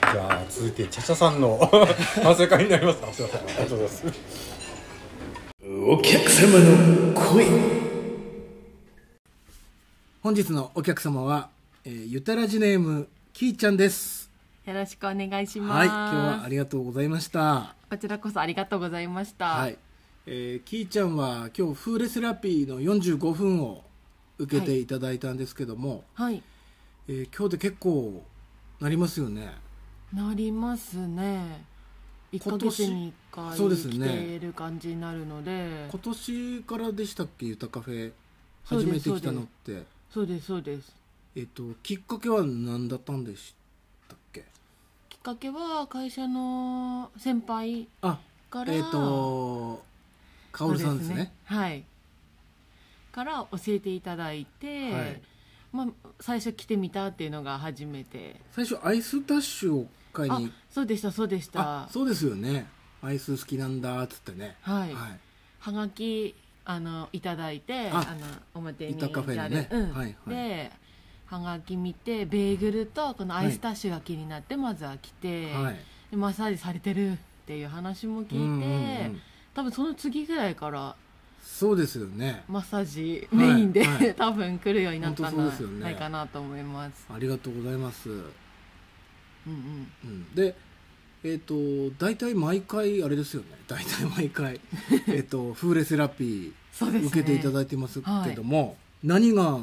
S4: じゃあ続いてチャチャさんの 反省会になりますあすいませんありがとうございます
S14: お客様の声
S2: 本日のお客様は、えーゆたらじネームきーちゃんです
S11: よろしくお願いしま
S2: は
S11: す。
S2: い今日はありがとうございました
S11: こちらこそありがとうございました。
S2: はい、えー、きーちゃんは今日フーレセラピーの45分を受けていただいたんですけども、
S11: はい。
S2: えー今日で結構なりますよね
S11: なりますね。1
S2: 今
S11: ヶ
S2: 年
S11: 月に1回
S2: そうですね
S11: 来てる感じになるので、
S2: 今年からでしたっけ「ゆたカフェ」
S11: そう
S2: 初め
S11: で
S2: て
S11: す
S2: 来たのって、
S11: そうです、そうです。
S2: えっときっかけは何だったんでしたっけ
S11: きっかけは会社の先輩
S2: あ
S11: から、
S2: えっとカオルさんですね
S11: そうはい。から教えていただいて、
S2: はい
S11: まあ、最初来てみたっていうのが初めて。
S2: 最初アイスダッシュを買い
S11: あ
S2: に、
S11: そうでした、そうでした
S2: あ。そうですよねアイス好きなんだっつってね
S11: はい
S2: は
S11: はがきあのいただいて
S2: あ
S11: あの表に
S2: 板カフェのね
S11: 置いてあるうん
S2: はいはい
S11: ではがき見てベーグルとこのアイスタッシュが気になってまずは来て、
S2: いはい
S11: でマッサージされてるっていう話も聞いて、
S2: うんうんうん
S11: 多分その次ぐらいから
S2: そうですよね
S11: マッサージ
S2: は
S11: メ
S2: い
S11: インで、
S2: はい
S11: 多分来るようになったんじ
S2: 本当そうですよね
S11: ないかなと思います、
S2: ありがとうございます、う
S11: うんうん、
S2: ん、でえっ、と大体毎回あれですよね大体毎 回えっとフーレセラピ
S11: そうで
S2: ー
S11: すね
S2: 受けていただいてますけども、何が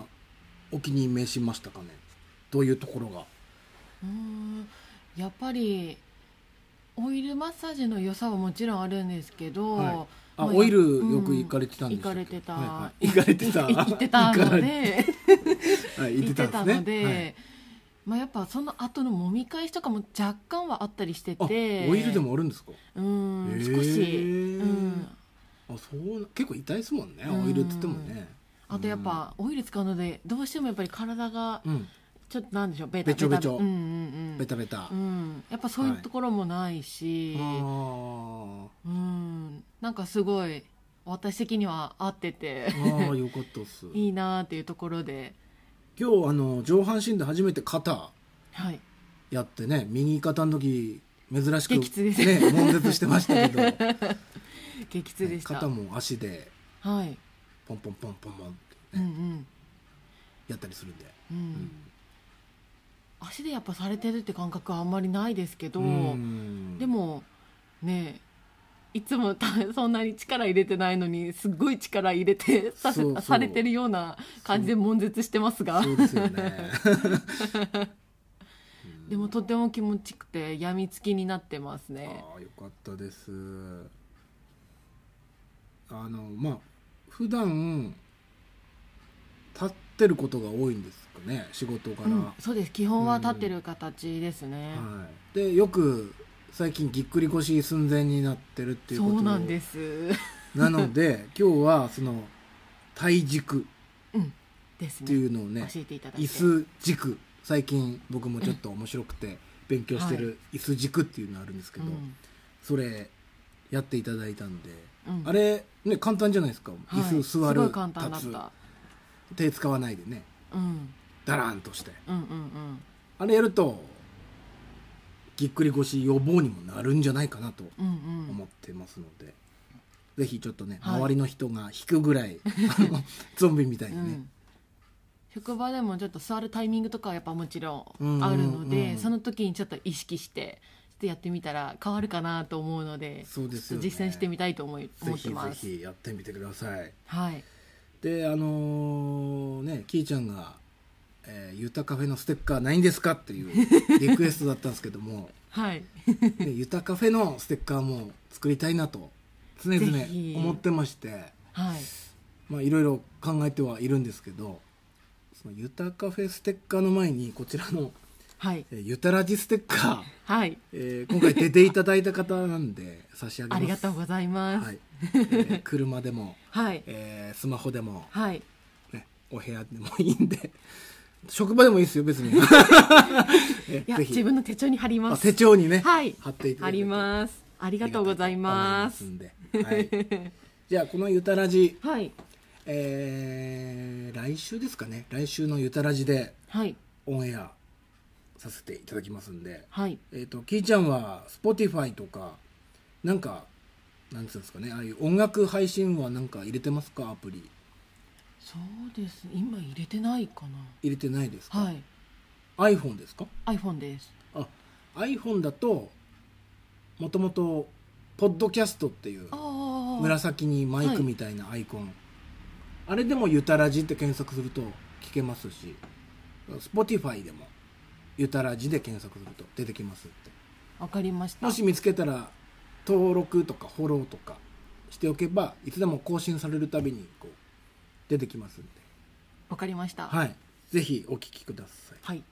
S2: お気に召しましたかねどういうところが
S11: うーんやっぱりオイルマッサージの良さはもちろんあるんですけど、
S2: はいあ、
S11: ま
S2: オイルよく行か
S11: れ
S2: れてたんで
S11: 行
S2: す
S11: かれてた、
S2: はいはい、行かれてた
S11: い 行ってたので
S2: はい、
S11: 行ってた
S2: んですね
S11: ので、まあ、やっぱその後の揉み返しとかも若干はあったりして
S2: はい
S11: て
S2: あオイルでもあるんですか
S11: う
S2: へ
S11: ん
S2: ー
S11: 少し、うん、
S2: あそうな結構痛いですもんね
S11: うん
S2: オイルって言ってもね
S11: あとやっぱオイル使うのでどうしてもやっぱり体が
S2: うん
S11: ちょっとなんでしょうベタ
S2: べちょべちょ
S11: うんうんうん
S2: ベタベタ、
S11: うん、やっぱそういうところもないし、
S2: あ
S11: うんなんかすごい私的には合ってて
S2: ー あーよかったっす今
S11: いいなっていうところで
S2: 日あの上半身で初めて肩
S11: はい
S2: やってね右肩の時珍しく、ね、
S11: 激痛ですね
S2: 悶絶してましたけ ど
S11: 激痛でした、
S2: 肩も足で
S11: はい
S2: ポンポンポンポンポンって
S11: うんうん
S2: やったりするんで
S11: うん、足でやっぱされてるって感覚はあんまりないですけど、
S2: うん
S11: でもねいつもたそんなに力入れてないのにすっごい力入れてさせ
S2: そうそう
S11: されてるような感じで悶絶してますが
S2: そうですよ ね
S11: でもとても気持ちくて病みつきになってます
S2: あ
S11: ね
S2: あよかったですあのまあ普段立ってることが多いんですかね仕事から、
S11: うん、そうです基本は立ってる形ですね、
S2: はい、でよく最近ぎっくり腰寸前になってるっていう
S11: そ
S2: こと
S11: うなんです
S2: なので今日はその体軸
S11: です
S2: って
S11: ね
S2: いうのを ね
S11: 教えていただい
S2: 椅
S11: て
S2: 子軸最近僕もちょっと面白くて勉強して
S11: は
S2: る椅子軸っていうのあるんですけ
S11: う
S2: ど、
S11: ん
S2: それやっていただいたんで、
S11: うん
S2: あれね簡単じゃないですか、
S11: はい
S2: 椅子座
S11: すご
S2: る
S11: い簡単だっ
S2: 立
S11: た、
S2: つ手使わないでね
S11: うん、
S2: ダラーンとして
S11: うんうんうん
S2: あれやるとぎっくり腰予防にもなるんじゃないかなと
S11: うんうん
S2: 思ってますので、ぜひちょっとね、
S11: はい
S2: 周りの人が引くぐらいあ のゾンビみたいに
S11: う
S2: ね
S11: ん、職場でもちょっと座るタイミングとかはやっぱもちろ
S2: うんうん
S11: んあるので、
S2: うん
S11: その時にちょっと意識してちょっとやってみたら変わるかなと思うので
S2: そうです
S11: ちょ
S2: よ
S11: っ
S2: ね
S11: と実践してみたいと思い
S2: ぜ
S11: 思って
S2: ひぜ
S11: ます
S2: ひやってみてください
S11: はい
S2: であのーねきいちゃんが、ええー、ゆたカフェのステッカーないんですかって いうリクエストだったんですけども
S11: はい
S2: でゆたカフェのステッカーも作りたいなと常々
S11: ぜひ
S2: 思ってまして
S11: はい
S2: まあいろいろ考えてはいるんですけどそのゆたカフェステッカーの前にこちらの
S11: はい
S2: えーゆたラジステッカー、
S11: はい
S2: えー今回出ていただいた方なんで差し上げま
S11: あ
S2: す
S11: りがとうございます
S2: はいえー車でも、
S11: はい
S2: えースマホでも、
S11: はい
S2: ね、お部屋でもいいんで職場でもいいですよ 別にえ
S11: いや
S2: ぜひ
S11: 自分の手帳に貼りま
S2: あ
S11: す
S2: 手帳にね、
S11: はい
S2: 貼っていただ
S11: 貼
S2: いて
S11: りますありがとうございます
S2: はい、 じゃあこの「ゆたらじ」
S11: はい
S2: えー来週ですかね来週の「ゆたらじ」で
S11: はい
S2: オンエアさせていただきますんで、
S11: はい
S2: えっ、とキーちゃんは Spotify とかなんかなんつうんですかねああいう音楽配信はなんか入れてますかアプリ
S11: そうです今入れてないか
S2: 入れてないですか、
S11: なはい
S2: iPhone ですか
S11: iPhone です
S2: あ iPhone だともともとポッドキャストっていう
S11: ああ
S2: 紫にマイクみたいなアイコン、あれでも「ゆたらじ」って検索すると聞けますし Spotify でも「ゆたらじ」で検索すると出てきますって
S11: わかりました
S2: もし見つけたら登録とかフォローとかしておけばいつでも更新されるたびにこう出てきますんで、
S11: わかりました
S2: はい、ぜひお聞きください
S11: はい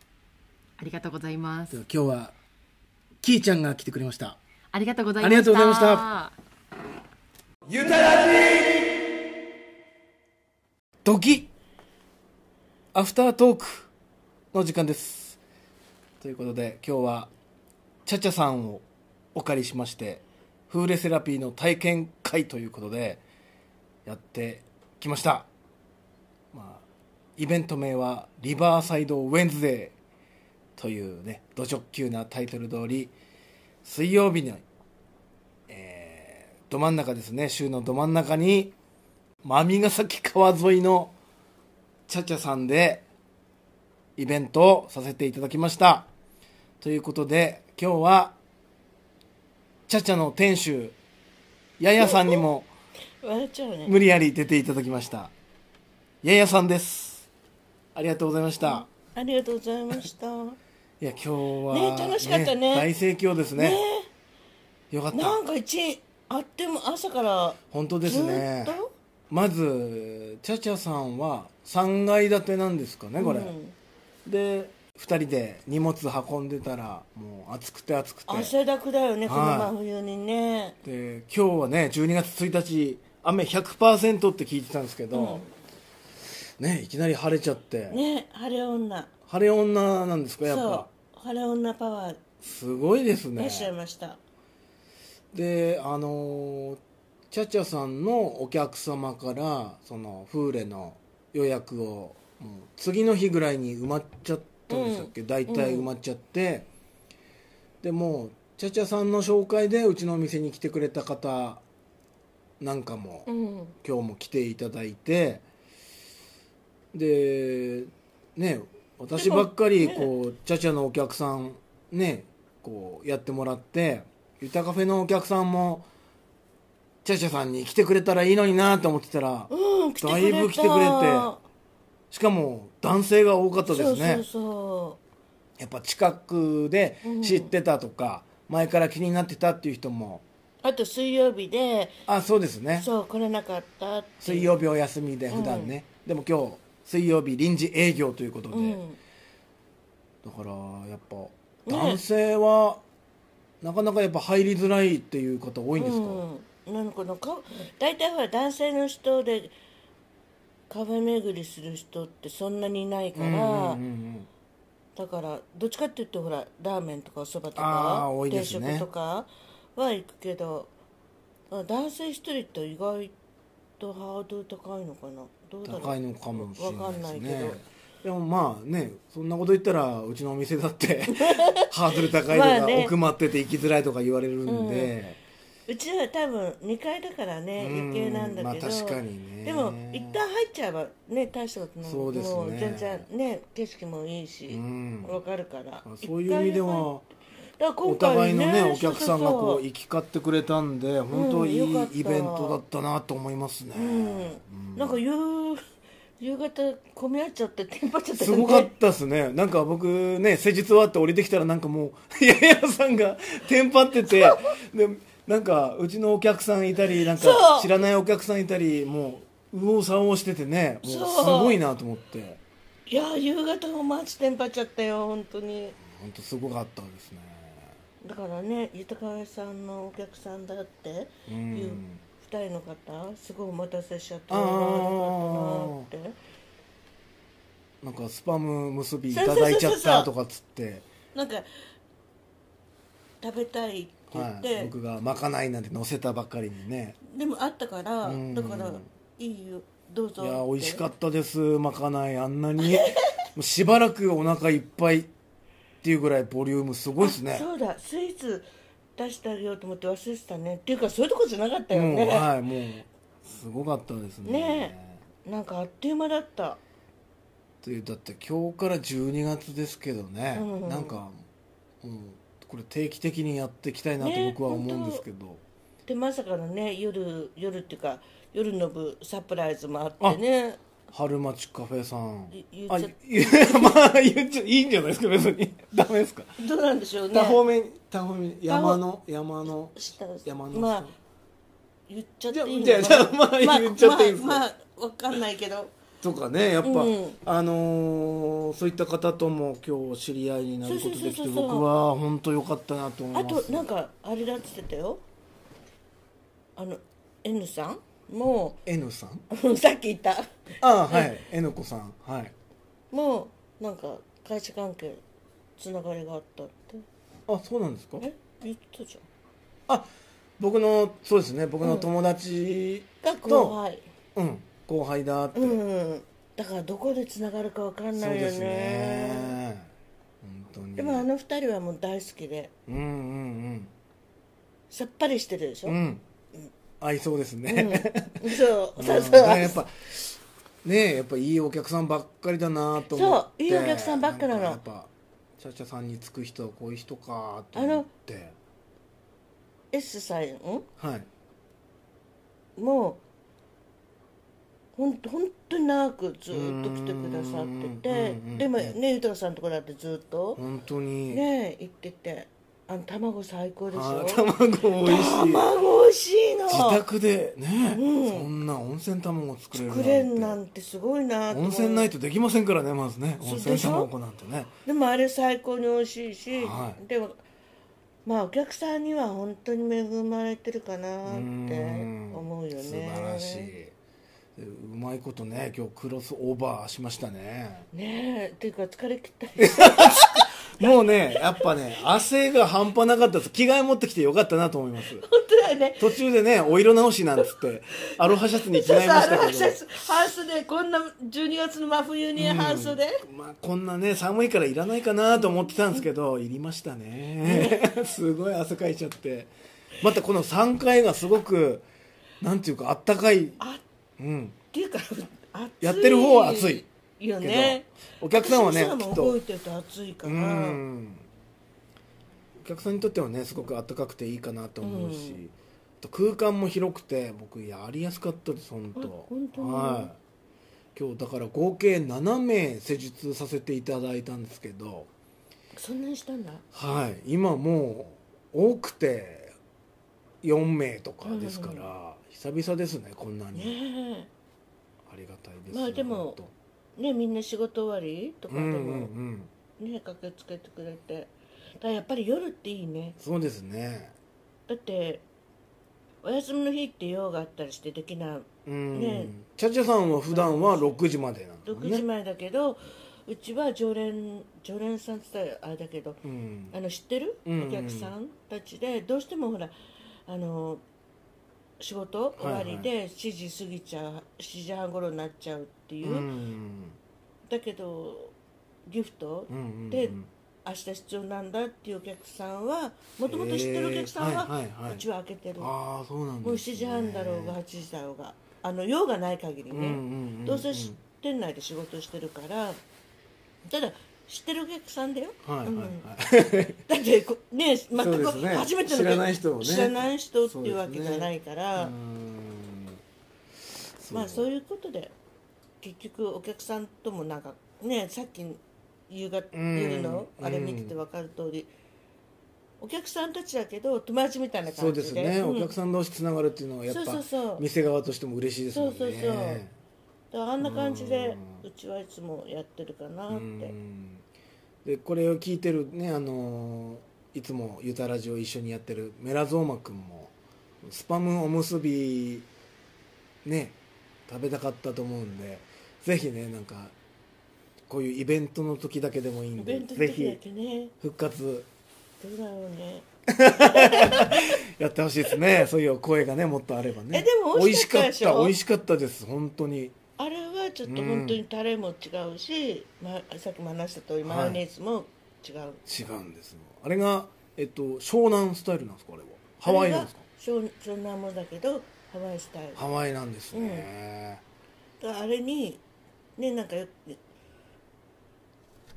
S11: ありがとうございます
S2: では今日はキーちゃんが来てくれました
S11: ありがとうございま
S2: あ
S11: し
S2: りがと
S11: た
S2: うございました
S11: ゆたら
S2: ドキアフタートークの時間ですということで今日はチャチャさんをお借りしましてフーレセラピーの体験会ということでやってきました、まあ、イベント名は「リバーサイドウェンズデー」というね土直球なタイトル通り水曜日に、えーど真ん中ですね週のど真ん中に真ヶ崎川沿いのチャチャさんでイベントをさせていただきましたということで今日はチャチャの店主ややさんにも
S9: 笑っちゃうね
S2: 無理やり出ていただきましたややさんですありがとうございました
S9: ありがとうございました
S2: いや今日は、
S9: ね楽しかったね
S2: 大盛況ですね
S9: ね
S2: よかった
S9: なんか一あっても朝から
S2: 本当ですね
S9: ずっと
S2: まずチャチャさんは3階建てなんですかねこれ、
S9: うん
S2: で2人で荷物運んでたらもう暑くて暑くて
S9: 汗だくだよねこの
S2: はい
S9: 真冬にね
S2: で今日はね12月1日雨100%って聞いてたんですけど、ねいきなり晴れちゃって、
S9: ね晴れ女
S2: 晴れ女なんですかやっ
S9: そう
S2: ぱ
S9: 晴れ女パワー
S2: すごいです
S9: いら
S2: ね
S9: っしゃいました
S2: であのーチャチャさんのお客様からそのフーレの予約をもう次の日ぐらいに埋まっちゃったんでしたっけ、
S9: うん
S2: 大体埋まっちゃって、でもうチャチャさんの紹介でうちのお店に来てくれた方なんかも、
S9: うん
S2: 今日も来ていただいてでね私ばっかりこうチャチャのお客さんねこうやってもらってゆたカフェのお客さんもチャチャさんに来てくれたらいいのになと思ってたら
S9: うん来てく
S2: だ
S9: れた
S2: いぶ来てくれてしかも男性が多かったです
S9: そうそう
S2: ね
S9: そ
S2: やっぱ近くで知ってたとか前から気になってたっていう人も
S9: うあと水曜日で
S2: あそうですね
S9: そう来れなかったって
S2: 水曜日お休みで普段ね、でも今日水曜日臨時営業ということで、
S9: うん
S2: だからやっぱ男性はなかなかやっぱ入りづらいっていう方多いんですか、
S9: うん、なんかのか大体ほら男性の人でカフェ巡りする人ってそんなにいないから、
S2: うんうんうん
S9: だからどっちかっていうとほらラーメンとかおそばと
S2: あ
S9: か
S2: ー、多いで
S9: 定
S2: す
S9: 食
S2: ね
S9: とかは行くけどあ男性一人って意外とハードル高いのかなどうだろう
S2: 高いのかもしれないです
S9: わかんない
S2: ねで
S9: け
S2: もまあねそんなこと言ったらうちのお店だって ハードル高いと
S9: ま
S2: か、
S9: あね
S2: 奥待ってて行きづらいとか言われるんで、
S9: うちは多分2階だからね
S2: うん
S9: 余計なんだけど、
S2: まあ確かにね
S9: でも一旦入っちゃえばね大したことない
S2: そうですね
S9: もう全然ね景色もいいし、わかるから
S2: そういう意味では
S9: だから
S2: お
S9: 今回、ね、
S2: 互いのねお客さんが
S9: そう
S2: こ
S9: そう
S2: う行き交ってくれたんで本当い
S9: うんよかった
S2: いイベントだったなと思いますね、
S9: うんなんか言う 夕方混み合っちゃってテンパっちゃって
S2: すごかったっすね。なんか僕ね、施術終わって降りてきたらなんかもう、 八重屋さんがテンパってて、でなんかうちのお客さんいたり、なん
S9: そ
S2: か
S9: う
S2: 知らないお客さんいたり、もう、右往左往しててね、もうす
S9: そう
S2: ごいなと思って、
S9: いやー夕方もマジテンパっちゃったよ本当に
S2: 本当すごかったですね。。
S9: だからね豊川さんのお客さんだっていううん二人の方すごいお待たせしちゃって
S2: あー
S9: 悪かったなーって
S2: なんかスパム結びいただいちゃったとかっつって、
S9: なんか食べたいって言
S2: は
S9: って、
S2: い、僕がまかないなんて乗せたばっかりにね。
S9: でもあったから
S2: うん
S9: だからいいよどう
S2: い
S9: ぞ
S2: や美味しか
S9: っ
S2: ったですまかないあんな にもうしばらくお腹いっぱいっていうぐらいボリュームすごいです
S9: て
S2: ね
S9: そうだスイーツ出してあげようと思って忘れてたねっていうかそういうとこじゃなかったよ
S2: も
S9: ね
S2: うはいもうすごかったですね
S9: ねえなんかあっという間だった
S2: というだって今日から12月ですけどね、
S9: うん
S2: なんかもうこれ定期的にやっていきたいなと
S9: ね
S2: 僕は思うんですけど、
S9: でまさかのね夜夜っていうか夜の部サプライズもあってね
S2: 春町カフェさん
S9: い言っ
S2: あ
S9: ちゃっ
S2: いや まあ言っちゃいいんじゃないですか別に ダメですか
S9: どうなんでしょうね
S2: 他方面他方面山の山の山の人、
S9: まあ言っちゃっていいの
S2: じゃあじゃあまあ言っちゃっていいんですか
S9: まあ、まあ、わかんないけど
S2: とかねやっぱ、
S9: うん
S2: あのーそういった方とも今日知り合いになることでき
S9: そ
S2: て
S9: うそうそうそう
S2: 僕は本当良かったなと思
S9: あ
S2: いま
S9: と
S2: す
S9: なんかあれだって言ってたよあの N さんも
S2: N さん
S9: うさっき言った
S2: ああはい N 子さんはい
S9: もうなんか会社関係つながりがあったって
S2: あそうなんですか
S9: え言ってたじ
S2: 僕のそうですね僕の友達
S9: ゃんが後輩
S2: うん、後輩だって、
S9: うんだからどこでつながるかわかん
S2: そ
S9: な
S2: う
S9: いよ
S2: です
S9: ね
S2: ね本当に
S9: でもあの二人はもう大好きで
S2: うんうん
S9: さっぱりしてるでしょ、
S2: うんうん合いそうですね、
S9: うんそう
S2: うん
S9: そう
S2: だ
S9: そ
S2: か
S9: う
S2: らやっぱねえやっぱいいお客さんばっかりだなと思って
S9: そういいお客さんばっかなの
S2: んかやっぱチャチャさんにつく人はこういう人かと
S9: あ
S2: 思っ
S9: の
S2: て
S9: S さんん
S2: はい
S9: もうほん本当に長くずっと来てくださってて
S2: うんうんうん
S9: でもね豊さんのとこだってずっと
S2: 本当に、
S9: ね行っててあの卵最高でし
S2: あ
S9: ょ
S2: ー卵美味しい
S9: 卵美味しいの
S2: 自宅でね、
S9: うん
S2: そんな温泉卵作れるなん
S9: 作
S2: て
S9: れんなんてすごいなと思う
S2: 温泉ないとできませんからねまずね
S9: そう
S2: 温泉
S9: でしょ
S2: 卵なんてね
S9: でもあれ最高に美味しいし、
S2: は
S9: でもまあお客さんには本当に恵まれてるかな
S2: う
S9: っ
S2: ん
S9: て思うよね
S2: 素晴らしいでうまいことね今日クロスオーバーしましたね
S9: ねえっていうか疲れ 切った
S2: もうね、やっぱね、汗が半端なかったです。着替え持ってきてよかったなと思います。
S9: 本当だよね
S2: 途中でね、お色直しなんつって、アロハシャツに着替えましたけど、
S9: ハウスでこんな12月の真冬にハウスで、
S2: まあ、こんなね、寒いからいらないかなと思ってたんですけど、いりました ね。すごい汗かいちゃって。またこの3階がすごく、なんていうか、あったかい。うん。
S9: っていうか暑い
S2: やってる方は暑い。
S9: よね
S2: けどお客さんはね
S9: 私も
S2: きっと
S9: 動いてると暑いか
S2: う
S9: ら、
S2: ん。お客さんにとってはね、すごく暖かくていいかなと思うし、
S9: うん
S2: あと空間も広くて、僕やりやすかったです、本
S9: あ
S2: 当。
S9: 本当に、
S2: はい。今日だから合計7名施術させていただいたんですけど、
S9: そんなにしたんだ
S2: はい、今もう多くて4名とかですから、久々ですねこんなに、
S9: ね
S2: ありがたい
S9: え
S2: です
S9: まあでもねみんな仕事終わりとか
S2: う
S9: で
S2: んう
S9: も、
S2: んうん
S9: ね駆けつけてくれてだからやっぱり夜っていいね
S2: そうですね
S9: だってお休みの日って用があったりしてできない
S2: うん、
S9: ねえ
S2: チャチャさんは普段は6時までなん
S9: 6時前だけど、うちは常連常連さんって言ったらあれだけど、
S2: うん
S9: あの知ってる、
S2: うんうん
S9: お客さんたちでどうしてもほらあの仕事終わりで7時過ぎちゃう、7時半頃になっちゃうっていう、
S2: うん
S9: だけどギフト
S2: うんうんうん
S9: で明日必要なんだっていうお客さんはもともと知ってるお客さ
S2: へ
S9: んは,、
S2: ーはいはいはいう
S9: ちは開けてる
S2: ああそうなん
S9: もう
S2: です
S9: 7時半だろうが8時だろうがあの用がない限りね、
S2: うんうんうんうん
S9: どうせし店内で仕事してるからただ知ってるお客さんだよ、
S2: はいはい
S9: うん
S2: は
S9: だ
S2: い、
S9: ってこね全
S2: そう
S9: く
S2: ですね
S9: 初めての
S2: 知らない人をね
S9: 知らない人っていうわけじゃないから
S2: うん
S9: まあそういうことで結局お客さんともなんかねさっき夕方
S8: うん
S9: 夜のあれ見てて分かる通り、お客さんたちだけど友達みたいな
S2: そ
S9: 感
S2: うで
S9: じ
S2: す
S9: で
S2: ね、
S9: う
S2: お客さん同士つながるっていうのはやっぱ
S9: そうそうそう
S2: 店側としても嬉しいですもんね
S9: そうそうそうだからあんな感じでうちはいつもやってるかなって
S2: でこれを聞いてるねあのーいつもユタラジオ一緒にやってるメラゾーマくんもスパムおむすびね食べたかったと思うんでぜひねなんかこういうイベントの時だけでもいいん
S9: イ
S2: で
S9: ベントの
S2: ぜ
S9: 時だ
S2: ひ
S9: けね
S2: 復活
S9: どうだろうね
S2: やってほしいです ねそういう声がねもっとあればね
S9: えでも美味しかったでしょ
S2: 美味しかった美味しかったです本当に
S9: あれはちょっと本当にタレも違うし、ま、さっきも話した通りマヨネーズも違う、
S2: 違うんですよあれが、えっと、湘南スタイルなんですかあれはハワイなんですか
S9: あれは湘湘南もだけどハワイスタイル
S2: ハワイなんですね、
S9: だからあれにねなんかよ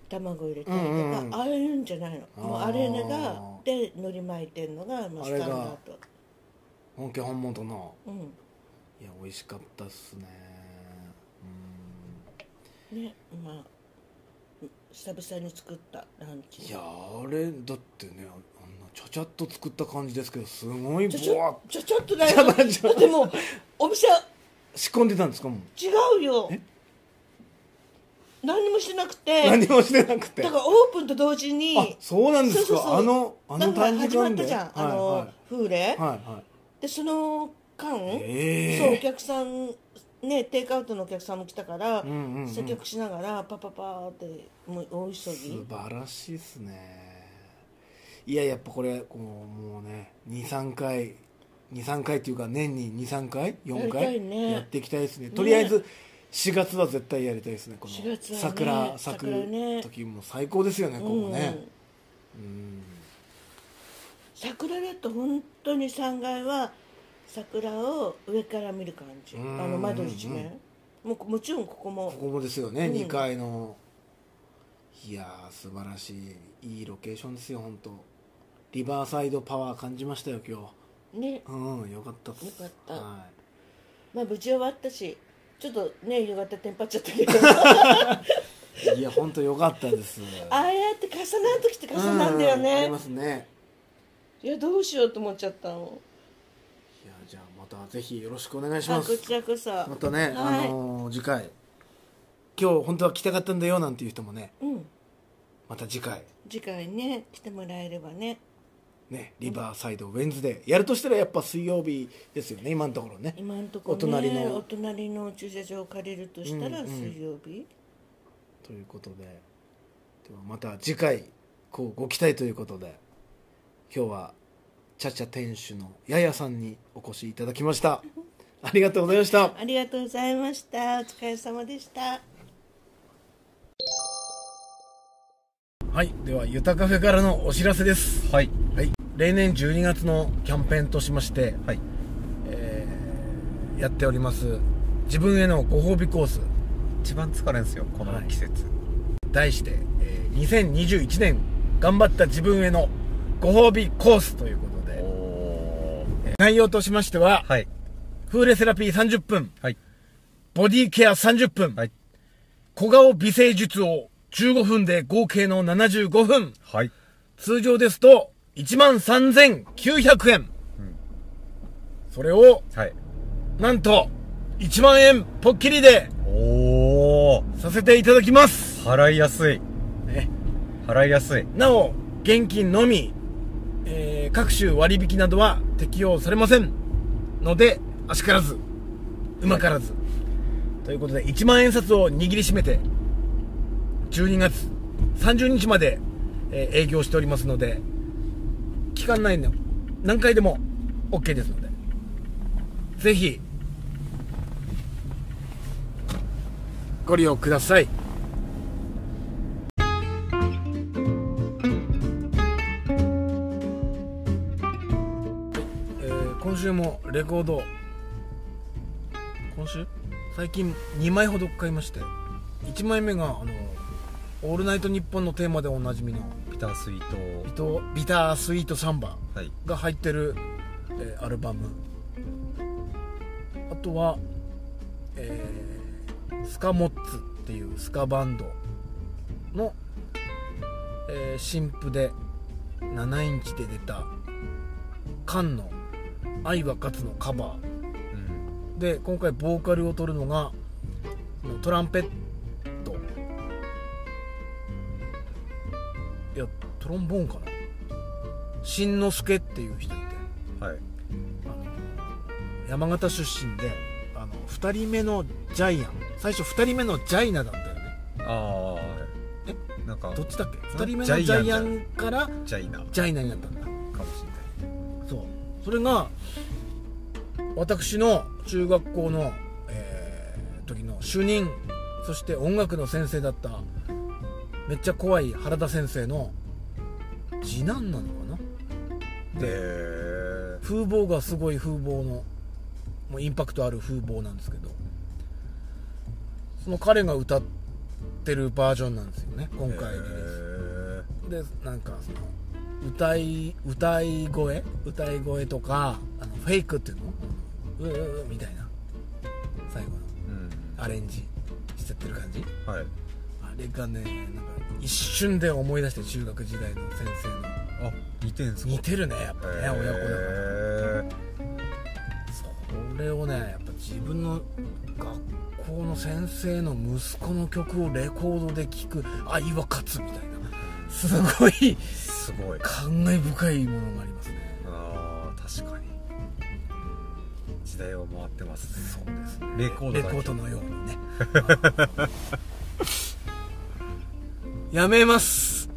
S9: 卵入れたりと
S2: うん
S9: か、
S2: うんうん
S9: ああいうんじゃないのもう
S2: あー
S9: あれがで海苔巻いてんのがまあ
S2: あ
S9: ス
S2: れ
S9: タン
S2: が
S9: ダード
S2: 本家本元の
S9: う
S2: いや美味しかったっすね
S9: んねまあ久々に作ったランチ
S2: いやあれだってねああんなちゃちゃっと作った感じですけどすごいボ
S9: ちょち
S2: ワ
S9: ょちょちょっとだよ
S2: ち
S9: だ
S2: ょちょ
S9: ってもうお店は
S2: ッ仕込んでたんですかもう
S9: 違うよ何もしなくて
S2: 何もしてなくて
S9: だからオープンと同時に
S2: そうなんですか
S9: そうそうそう
S2: あのあの短時間で
S9: なんか始まったじゃん、あの、
S2: はいはい
S9: 風鈴、
S2: はいはい
S9: でその間、
S2: ええ
S9: そうお客さんねテイクアウトのお客さんも来たから、
S2: うんうんうん
S9: 接客しながらパパパーってもう大急ぎ
S2: 素晴らしいっすねいややっぱこれこうもうね23回23回っていうか年に23回4
S9: やりたい
S2: 回
S9: ね
S2: やっていきたいですね
S9: ね
S2: とりあえず4月は絶対やりたいですねこ
S9: 4月
S2: の
S9: はね
S2: 桜咲く
S9: 桜ね
S2: 時も最高ですよねここね
S9: 桜だと本当に3階は桜を上から見る感じあ
S2: うん
S9: の窓一面もうもちろんここも
S2: ここもですよね
S9: うん
S2: 2階のいやー素晴らしいいいロケーションですよ本当リバーサイドパワー感じましたよ今
S9: ね
S2: 日うんよかったっす
S9: よかった
S2: は
S9: まあ無事終わったしちょっとね夕方テンパっちゃったけど
S2: いいや本当よかったです
S9: ああやって重なる時って重なんだよ
S2: うんあ
S9: ね
S2: りますね
S9: いやどうしようと思っちゃったの
S2: いやじゃあまたぜひよろしくお願いし
S9: あ
S2: ま
S9: こ
S2: す
S9: ちらこそ
S2: またね、
S9: はい、
S2: あのー次回今日本当は来たかったんだよなんていう人もね
S9: うん
S2: また次回
S9: 次回ね来てもらえればね
S2: ねリバーサイドウェンズデーやるとしたらやっぱ水曜日ですよね今のところね
S9: 今のところ、ね、
S2: お隣の
S9: お隣の駐車場を借りるとしたら
S2: うんうん
S9: 水曜日、
S2: ということでではまた次回こうご期待ということで今日はチャチャ店主のややさんにお越しいただきましたありがとうございました
S9: ありがとうございましたお疲れ様でした
S2: はい、では、ゆたカフェからのお知らせです。
S1: はい。
S2: 例年12月のキャンペーンとしまして、えーやっております、自分へのご褒美コース。
S1: 一番疲れんすよ、この季節。
S2: 題して、えー2021年頑張った自分へのご褒美コースということで、えー内容としましては、フーレセラピー30分、ボディケア30分、小顔美声術を15分で合計の75分、通常ですと1万3900円、それを、なんと1万円ポッキリで
S1: おー
S2: させていただきます
S1: 払いやすい。
S2: ね
S1: 払いやすい。
S2: なお現金のみ、えー各種割引などは適用されませんのであしからず馬からず、ということで1万円札を握りしめて12月30日まで、えー営業しておりますので期間内の何回でも OK ですのでぜひご利用くださいえー今週もレコード今週最近2枚ほど買いまして1枚目があの「オールナイトニッポン」のテーマでおなじみの
S1: ビタースイー
S2: ビトビタースイートサンバ
S1: ト。はい。
S2: が入ってる、えーアルバムあとは、えースカモッツっていうスカバンドの、えー新譜で7インチで出た菅の「愛は勝つ」のカバー、で今回ボーカルを取るのがトランペットいやトロンボーンかなしんのすけっていう人いて、
S1: はい、
S2: 山形出身であの2人目のジャイアン最初2人目のジャイナだったよね
S1: ああえなんか
S2: どっちだっけ2人目のジャイアンから
S1: ジャイナ
S2: ジャイナになったんだ
S1: かもしれない
S2: そうそれが私の中学校の、えー時の主任そして音楽の先生だっためっちゃ怖い原田先生の次男なのかな
S1: で
S2: 風貌がすごい風貌のもうインパクトある風貌なんですけどその彼が歌ってるバージョンなんですよね今回リリースでなんかその歌い歌い声歌い声とかあのフェイクっていうのうーうーうーみたいな最後のアレンジしてってる感じ
S1: うんはい
S2: あれがねなんか一瞬で思い出して中学時代の先生の
S1: あ似てんすか
S2: 似てるねやっぱね
S1: へー
S2: 親子だそれをねやっぱ自分の学校の先生の息子の曲をレコードで聴く「愛は勝つ」みたいなすごい
S1: すごい
S2: 感慨深いものがありますね
S1: あー確かに時代を回ってますね
S2: そうですね
S1: レコード
S2: レ
S1: だ
S2: コ
S1: け
S2: ードのようにねやめます